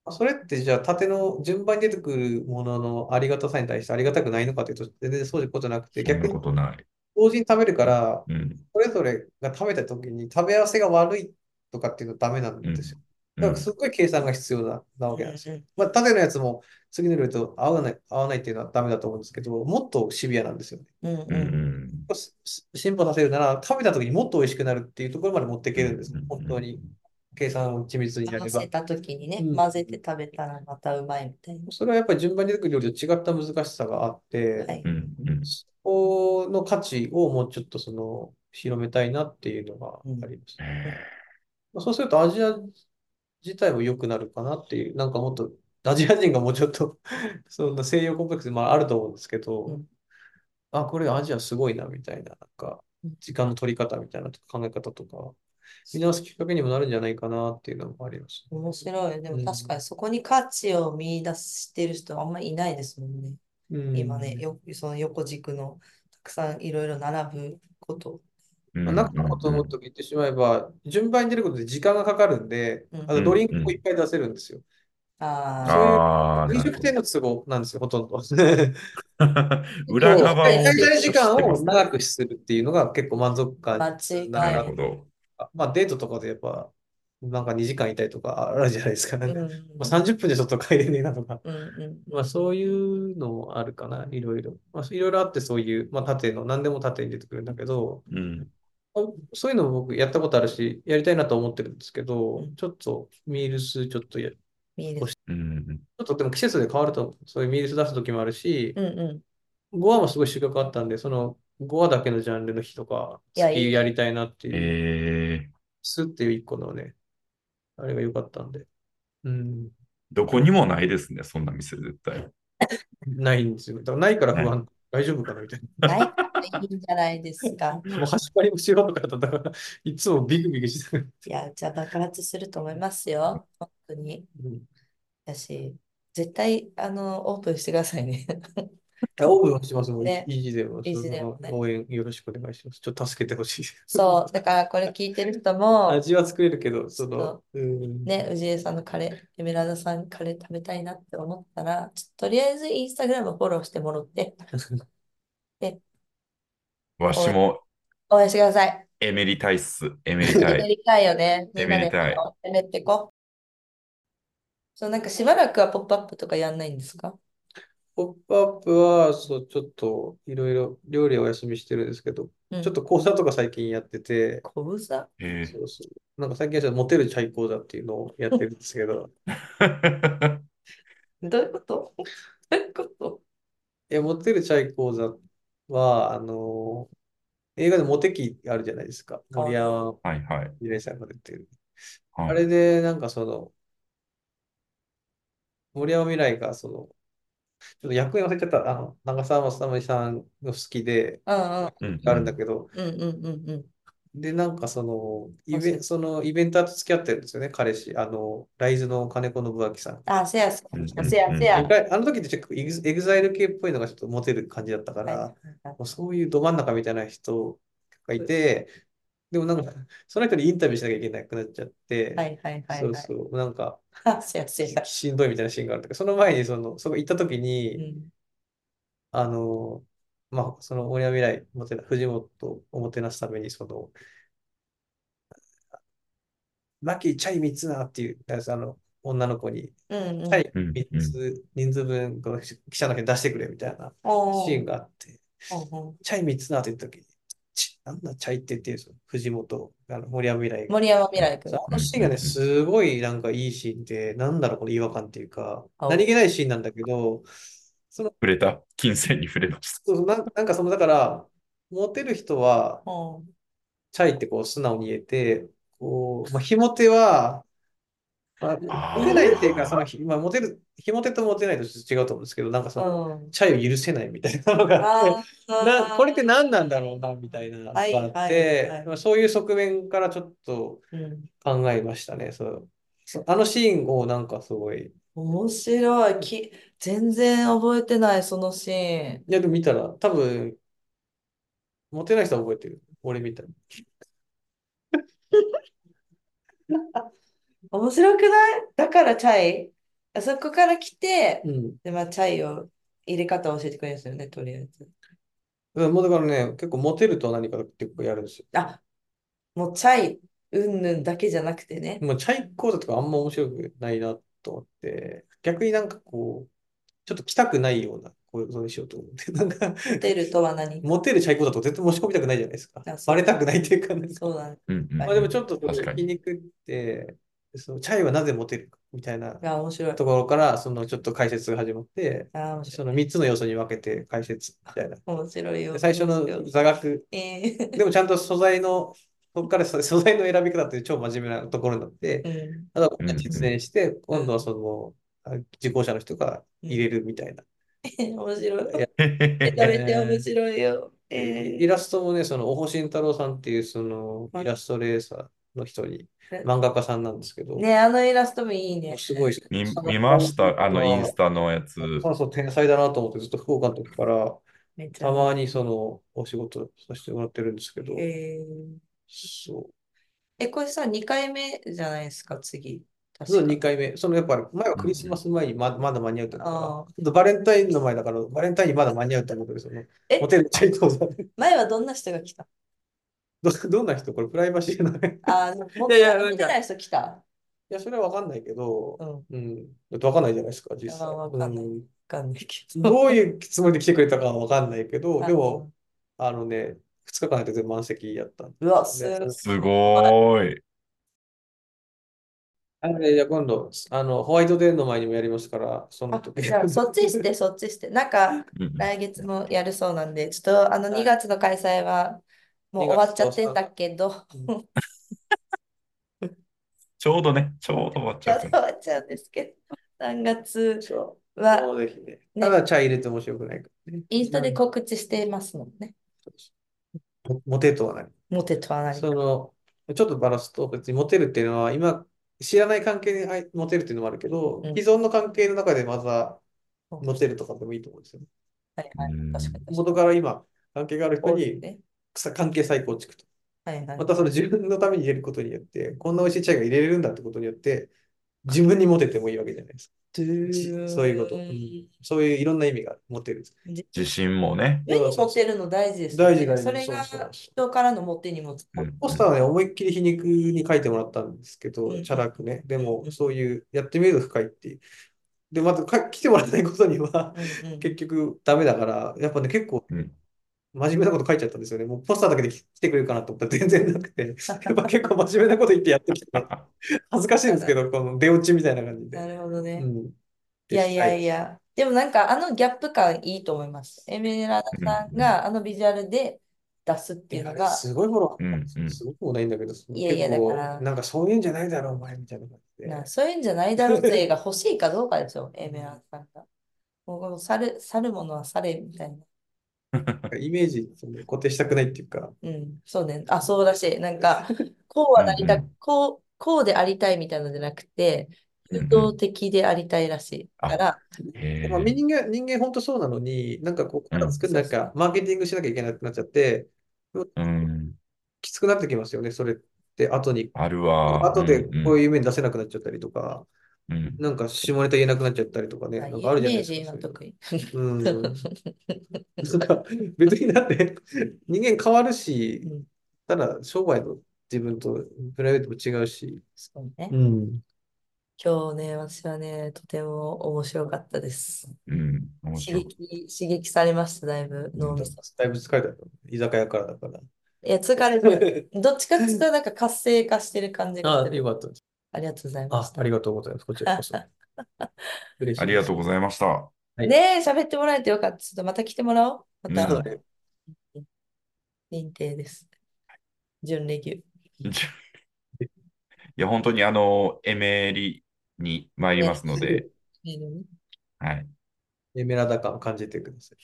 S3: まあそれってじゃあ、縦の順番に出てくるもののありがたさに対してありがたくないのかというと、全然そういうことなくて、
S1: そんな
S3: 逆に
S1: ことない。
S3: 同時に食べるから、
S1: うん。
S3: それぞれが食べた時に食べ合わせが悪いとかっていうのはダメな
S1: うん
S3: です
S1: ん。
S3: よ。
S1: う
S3: だからす
S1: ん。
S3: っごい計算が必要な、な
S2: う
S3: わ
S2: ん
S3: けなんですよ。
S2: うん。
S3: まあ、縦のやつも次の料理と合わない、合わないっていうのはダメだと思うんですけど、もっとシビアなんですよね。
S2: うん
S1: う
S2: うん
S1: ん。
S3: すす進歩させるなら、食べた時にもっと美味しくなるっていうところまで持っていうけ
S1: ん
S3: るんです。
S1: うん
S3: 本
S1: う
S3: 当
S1: ん
S3: に計算を緻密に
S2: 合
S3: や
S2: わ
S3: れ
S2: せ
S3: ば。
S2: た時に
S3: う
S2: ね、
S3: ん。
S2: 混ぜて食べたらまたうまいみたいな。
S3: それはやっぱり順番に出てくる料理と違った難しさがあっ
S2: は
S3: て、
S2: い。
S1: うんうん
S3: そこの価値をもうちょっとその広めたいなっていうのが
S2: う
S3: あ
S2: ん。
S3: ります。
S1: え
S3: まあそうするとアジア自体も良くなるかなっていう、なんかもっと、アジア人がもうちょっと そんな西洋コンプレックス、まああると思うんですけ
S2: う
S3: ど、
S2: ん。
S3: あ、これアジアすごいなみたいな、なんか、
S2: うん
S3: 時間の取り方みたいな考え方とか、見直すきっかけにもなるんじゃないかなっていうのもあります。
S2: 面白い。で
S3: う
S2: も確か
S3: ん。
S2: にそこに価値を見出してる人はあんまりいないですもんね。
S3: う
S2: 今ね、
S3: ん。
S2: よ、その横軸のたくさんいろいろ並ぶこと。
S1: う
S3: まあ、
S1: ん
S3: 中のこと
S1: う
S3: をもっ
S1: ん
S3: と言ってしまえば、順番に出ることで時間がかかるんで、
S2: う
S3: あ
S2: ん。
S1: う
S3: のドリ
S1: ん
S3: ンク
S1: う
S3: もいっ
S1: ん。
S3: ぱい出せるんですよ。
S1: あ
S2: あ
S3: そういう
S1: あ、
S3: 飲
S1: なる
S3: 食
S1: ほど。
S3: 店の都合なんですよ、ほとんど。
S2: あ、
S1: 裏
S2: そう、
S3: そう、
S1: 側
S3: 滞
S1: をめっ
S3: 在
S1: ち
S3: 時
S1: ゃ知っ
S3: 間
S1: てま
S3: を
S1: すね。
S3: 長くするっていうのが結構満足感
S2: 間違
S3: に
S2: い
S3: な
S1: な
S3: る
S1: るほ
S2: な
S3: な。
S2: い。
S1: ど。
S3: まあデートとかでやっぱ、なんか2時間いたりとかあるじゃないですか。なん
S2: う
S3: か、
S2: ん
S3: まあ、
S2: う
S3: 30分じゃちょっと帰れねえなとか。
S2: んうんう
S3: まあ
S2: ん
S3: そういうのもあるかな、いろいろ。まあいろいろあってそういう、まあ縦の、何でも縦に出てくるんだけど、
S1: うん。
S3: あそういうのも僕やったことあるし、やりたいなと思ってるんですけ
S2: う
S3: ど、
S2: ん。
S3: ちょっとミールスちょっとや、ち
S2: いいです。
S1: うん
S3: ょっとでも季節で変わると、そういうミールス出す時もあるし、
S2: うんうん。
S3: ゴアもすごい収穫あったんで、その5話だけのジャンルの日とか、
S2: いや、
S3: 次
S2: い
S3: やりたいなっていう、
S1: えー、
S3: スっていう一個のね、あれが良かったんで、うん、
S1: どこにもないですね、そんな店絶対。
S3: ないんですよ。だからないから
S1: な
S3: 不
S1: い。
S3: 安、大丈夫かなみたい
S2: い。ないからいいんじゃないですか。
S3: な。もう始まりもしようとかだったから、いつもビクビクしてる。
S2: いや、じゃあ爆発すると思いますよ。本当に。
S3: うん、
S2: だし、絶対、あの、オープンしてくださいね。
S3: あ オーブンしますもん、い
S2: ね、
S3: いいでも、
S2: い
S3: そ
S2: つでも
S3: の
S2: ね。
S3: 応援よろしくお願いします。ちょっと助けてほしい。
S2: そう、だからこれ聞いてる人も、
S3: 味は作れるけど、そ
S2: そ
S3: の、
S2: う
S3: うん、
S2: ね、氏家さんのカレー、エメラルドさんカレー食べたいなって思ったら、ちょとりあえずインスタグラムフォローしてもらって、で、
S1: わし
S2: 応援、
S1: も
S2: 応援してください。
S1: エメリタイっす。エメリ
S2: エ
S1: タ
S2: メ
S1: イ。
S2: リカいよね。み
S1: エ
S2: ん
S1: メ
S2: な
S1: リ
S2: で、
S1: タイ。
S2: エメってこう。そう、なんかしばらくはポップアップとかやんないんですか
S3: ポップアップは、そう、ちょっといろいろ料理はお休みしてるんですけど、
S2: う
S3: ちょっ
S2: ん。
S3: と講座とか最近やってて、
S2: こぶさ。
S1: え
S3: そうそう。なんか最近はちょっとモテるチャイ講座っていうのをやってるんですけど、
S1: ー、
S2: どういうことどういうこと
S3: いや、モテるチャイ講座は、あの映画でモテ期あるじゃないですか。森
S2: あ、
S3: 山
S1: はいはい。
S3: 未來さんが出てる。あ
S1: は
S3: れで、なんかその、森山未來がその、ちょっと役名忘れちゃった。あの、長澤まさみさんの好きで、
S2: ああ、
S1: うん、
S3: あるんだけど、
S2: うんうんうんうん。
S3: で、なんかその、イ
S2: あ
S3: ベ
S2: そう
S3: ン、そのイベンターと付き合ってるんですよね、彼氏。あの、ライズの金子信明さん。
S2: あ、せやせ
S1: うん
S2: や、せやせや。
S3: 一回あの時ってちょっとエグエグザイル系っぽいのがちょっとモテる感じだったか
S2: はい
S3: ら、もうそういうど真ん中みたいな人がいて、でもなんか、その人にインタビューしなきゃいけなくなっちゃって、
S2: はいはいはい
S3: そう
S2: はい。
S3: そう、なんか、
S2: あ、せやせや。
S3: しんどいみたいなシーンがあるんだけど、その前にその、そこ行った時
S2: う
S3: に、
S2: ん
S3: あの、まあ、その、俺は未来、もてな、藤本をもてなすために、その、ラッキーチャイ3つなっていう、あの、女の子に、
S2: うんうん
S3: チャイ
S1: うん
S3: 3つ、人数分、この記者の件出してくれみたいな
S2: おー
S3: シーンがあって、
S2: うんうん
S3: チャイ3つなって言った時に、ち、なんだチャイってっていう、その藤本、あの、森山未来が。
S2: 森山未来君
S3: そう。あのシーンが
S1: うんうんう
S3: ね、
S1: ん
S3: すごいなんかいいシーンで、なんだろう、この違和感っていうか、
S2: あ
S3: 何気ないシーンなんだけど、その、
S1: 触れた金銭に触れました。
S3: そうなんなんかその、だから、モテる人は、
S2: うん
S3: チャイってこう素直に言えて、こう、まあ、ひも手は、まあ、
S1: あー
S3: モテないっていうか、そのひ、まあ、モテる、ひも手とモテないとちょっと違うと思うんですけど、なんかその、
S2: うん。
S3: チャイを許せないみたいなのがあって、
S2: あー
S3: な、これって何なんだろうな、みたいなのがあ
S2: はい
S3: っ
S2: はいは
S3: て
S2: い、
S3: まあそういう側面からちょっと
S2: うん
S3: 考えましたね。そう。そうあのシーンをなんかすごい、い
S2: 面白い。き、全然覚えてない、そのシーン。
S3: や、でも見たら、多分、モテない人は覚えてる。俺みたいな。
S2: 面白くないだからチャイあそこから来て、
S3: うん。
S2: で、まあ、チャイを入れ方を教えてくれるんですよね、とりあえず。
S3: うんもうだからね、結構モテると何かって結構やるんですよ。
S2: あ、もうチャイ、うんぬんだけじゃなくてね。
S3: もうチャイ講座とかあんま面白くないなと思って、逆になんかこう、ちょっと来たくないような、こういうことにしようと思って、 なんか、
S2: モテるとは何
S3: モテるチャイ講座とか絶対申し込みたくないじゃないですか。
S2: あそう
S3: バレたくないっていうか、なんか
S2: そうなん
S1: うんうん
S3: まあでもちょっとこ
S1: 確か
S3: れ
S1: に
S3: 皮肉って、そのチャイはなぜモテるかみたいな
S2: あ、面白い。
S3: ところから、そのちょっと解説が始まって、
S2: あ、面白
S3: その3つの要素に分けて解説みたいな。
S2: い。面白いよ。
S3: で最初
S2: 面白
S3: の
S2: い
S3: 座学、
S2: え え
S3: でもちゃんと素材の、そこから素素材の選び方っていう超真面目なところになって、
S2: うん
S3: あとは実演して、今度はその、あ受講者の人が入れるみたいな。
S2: 面白い。
S3: いや
S2: めちゃめちゃ面白いよ。え
S3: イラストもね、その、おほしんたろうさんっていう、その、
S2: はい
S3: イラストレーサーの人に
S2: え、
S3: 漫画家さんなんですけど、
S2: えね、あのイラストもいい
S3: も
S2: ね
S3: う。すごい。
S1: 見
S3: その
S1: 見ました、あの
S3: あ
S1: インスタのやつ。
S3: そうそう、天才だなと思って、ずっと福岡の時から、
S2: めちゃ
S3: たまにその、お仕事させてもらってるんですけど、
S2: え
S3: そう。
S2: え、これさ、2回目じゃないですか、次。確
S3: そう、
S2: か
S3: 2回目。その、やっぱり、前はクリスマス前にま、まだ間に合うってことかな
S2: あ
S3: ちょっとバレンタインの前だから、バレンタインにまだ間に合うってことですよね。
S2: え
S3: ホテルチャイ講座で。
S2: 前はどんな人が来た
S3: ど、 どんな人これプライバシーなのい
S2: あー、もっ
S3: いやいや
S2: と見てない人来た。
S3: や、それはわかんないけど
S2: う、ん、わ
S3: うん。だってわかんないじゃないですか、実際。
S2: あわかんない
S3: うん
S2: かんないけど。
S3: どういうつもりで来てくれたかはわかんないけど、でも、
S2: あ
S3: あのね、2日間やってて満席やったん
S2: ー、うわ、
S3: ですすね。
S1: すごーい。
S3: あのねじゃあ今度、あの、ホワイトデーの前にもやりますから、その
S2: あ
S3: 時。
S2: じゃあそっちして、そっちして。なんか、
S1: うんうん
S2: 来月もやるそうなんで、ちょっとあの
S3: はい
S2: 2月の開催はもう終わっちゃってんだけど、
S1: ちょうどね、ちょうど終わっち
S2: ちょ
S1: ゃ
S2: っ
S1: うか
S2: と終
S1: ら。
S2: わっちゃうんですけど、3月
S3: そ
S2: は
S3: う、ぜひね。
S2: ね
S3: ただチャイ入れて面白くないからね。
S2: インスタで告知してますもんね。
S3: モモテとはない。
S2: モテとは何か。
S3: その、ちょっとバラすと、別にモテるっていうのは、今、知らない関係にあいモテるっていうのもあるけど、
S2: うん
S3: 既存の関係の中でまたモテるとかでもいいと思うんですよね。
S2: はいはい、
S1: うん
S2: 確かに確かに。
S3: 元から今、関係がある人
S2: 多い
S3: に、
S2: ね
S3: さ関係再構築と。
S2: はいはい
S3: ま。たその自分のために入れることによって、こんな美味しいチャイが入れれるんだってことによって、自分にモテてもいいわけじゃないですか。しそういうこと。うんそういういろんな意味があるモテる。
S1: 自信もね。
S2: 目に持ってるの大事ですよ
S3: 大
S2: ね
S3: 事大事
S2: それが
S3: そうそうそう
S2: 人からの持ってに持つ。
S1: うんうん
S3: ポスターはね、思いっきり皮肉に書いてもらったんですけ
S2: う
S3: ど、
S2: ん
S3: チャラくね。で
S2: うん
S3: も、そういう、やってみると深いっていう。で、またか来てもらえないことには、
S2: うんうん
S3: 結局ダメだから、やっぱね、結構
S1: うん
S3: 真面目なこと書いちゃったんですよね。もうポスターだけで来来てくれるかなと思ったら全然なくて、やっぱ結構真面目なこと言ってやってきて、恥ずかしいんですけど、この出落ちみたいな感じ
S2: な
S3: で。
S2: るほどね。
S3: うん。
S2: いやいや
S3: はい
S2: いや、でもなんかあのギャップ感いいと思います。エメラダさんがあのビジュアルで出すっていうの
S3: あれ
S2: が、
S3: すごいフォローあったんです
S1: うんう
S3: よ。
S1: ん
S3: すごくもないんだけど、その
S2: いやいや
S3: 結構
S2: だから
S3: なんかそういうんじゃないだろう、お前みたいな感じで。
S2: なそういうんじゃないだろう勢が欲しいかどうかですよ、エメラダさんが。もう去る、去るものは去れみたいな。
S3: イメージ、その固定したくないっていうか、
S2: うん、そうね。あ、そうらしい。なんか、こうはなりた
S1: うんう
S2: こう、こうでありたいみたいなのじゃなくて、
S1: うんうん
S2: 運動的でありたいらしい。
S1: あ
S2: から、
S1: へ
S3: まあ、
S1: ー
S3: 人間、人間本当そうなのに、なんかこう、
S1: うん
S3: 体作るなんか、マーケティングしなきゃいけなくなっちゃって、
S1: うん、
S3: きつくなってきますよね、それって、後に。
S1: あるわ。
S3: 後で
S1: うんうん
S3: こういう夢に出せなくなっちゃったりとか、
S1: うん
S3: なんか下ネタ言えなくなっちゃったりとかね、なんかあるじゃないです
S2: イメージ
S3: か。
S2: は得意。
S3: そういうのうん。なん か別にだって人間変わるし
S2: うん、
S3: ただ商売の自分とプライベートも違うし、
S2: そうね。
S3: うん。
S2: 今日ね、私はね、とても面白かったです。
S1: うん、面
S2: 刺
S1: 白い。
S2: 激、刺激されました、だいぶ、脳みそ。
S3: だいぶ疲れたよ。居酒屋からだ から。
S2: いや、疲れ てる。どっちかっていうと、なんか活性化してる感じが
S3: あ
S2: す
S3: あ、
S2: る。
S3: よかった。
S2: ありがとうございま
S3: あ
S2: し、
S3: ありがとうございます。こちらこそ。嬉しい
S1: ありがとう
S3: う。
S1: ございました。
S2: た。
S3: い
S2: ねえ、喋ってもらえてよかった。ちょっとまた来てもらおう。ま
S1: う
S2: た
S1: ん
S2: 認定です。準レギュ。
S1: いや、本当にあの、エメリに参りますので、
S2: メールね
S1: はい。
S3: エメラダ感を感じてください。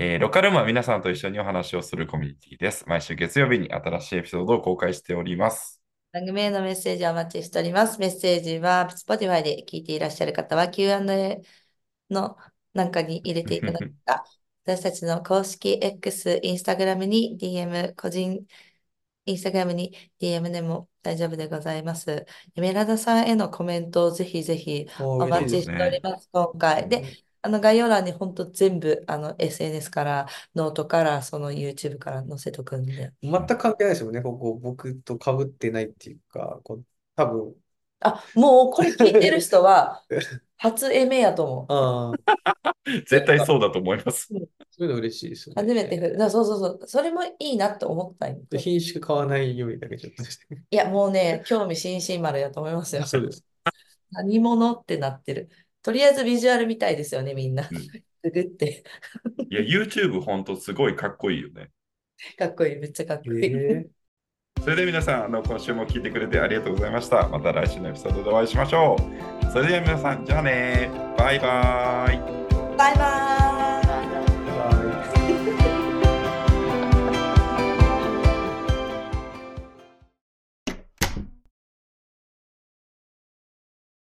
S1: えーロカルームは皆さんと一緒にお話をするコミュニティです。毎週月曜日に新しいエピソードを公開しております。
S2: 番組へのメッセージをお待ちしております。メッセージは Spotify で聞いていらっしゃる方は Q&A のなんかに入れていただくか、私たちの公式 X、Instagram に DM、個人 Instagram に DM でも大丈夫でございます。メラダさんへのコメントをぜひぜひ
S3: お
S2: お待
S1: 嬉しい
S2: ち
S1: で
S2: し
S1: す
S2: て
S1: ね
S2: おります、今回。で、、あの概要欄に本当全部あの SNS から、ノートから、その YouTube から載せとくんで。
S3: 全く関係ないですよね。ここ、僕と被ってないっていうか、こう多分、
S2: あ、もうこれ聞いてる人 は、初エメやと思う。
S3: ああ、
S1: 絶対そうだと思います。
S3: そういうの嬉しいですよね。
S2: 初めてふ、なそうそうそう、それもいいなと思ったんよ
S3: で。品種買わないようにだけちょっとして。
S2: いや、もうね、興味津々丸やと思い ますよ。
S3: そうです。
S2: 何者ってなってる。とりあえずビジュアルみたいですよね、みんな。
S1: うん
S2: ぐるって。
S1: いや、YouTube 本当すごいかっこいいよね。
S2: かっこいい、めっちゃかっこいい。
S3: ええ
S1: それでは皆さん、あの、今週も聞いてくれてありがとうございました。また来週のエピソードでお会いしましょう。それでは皆さん、じゃあね。バイバイ。
S2: バイバーイ。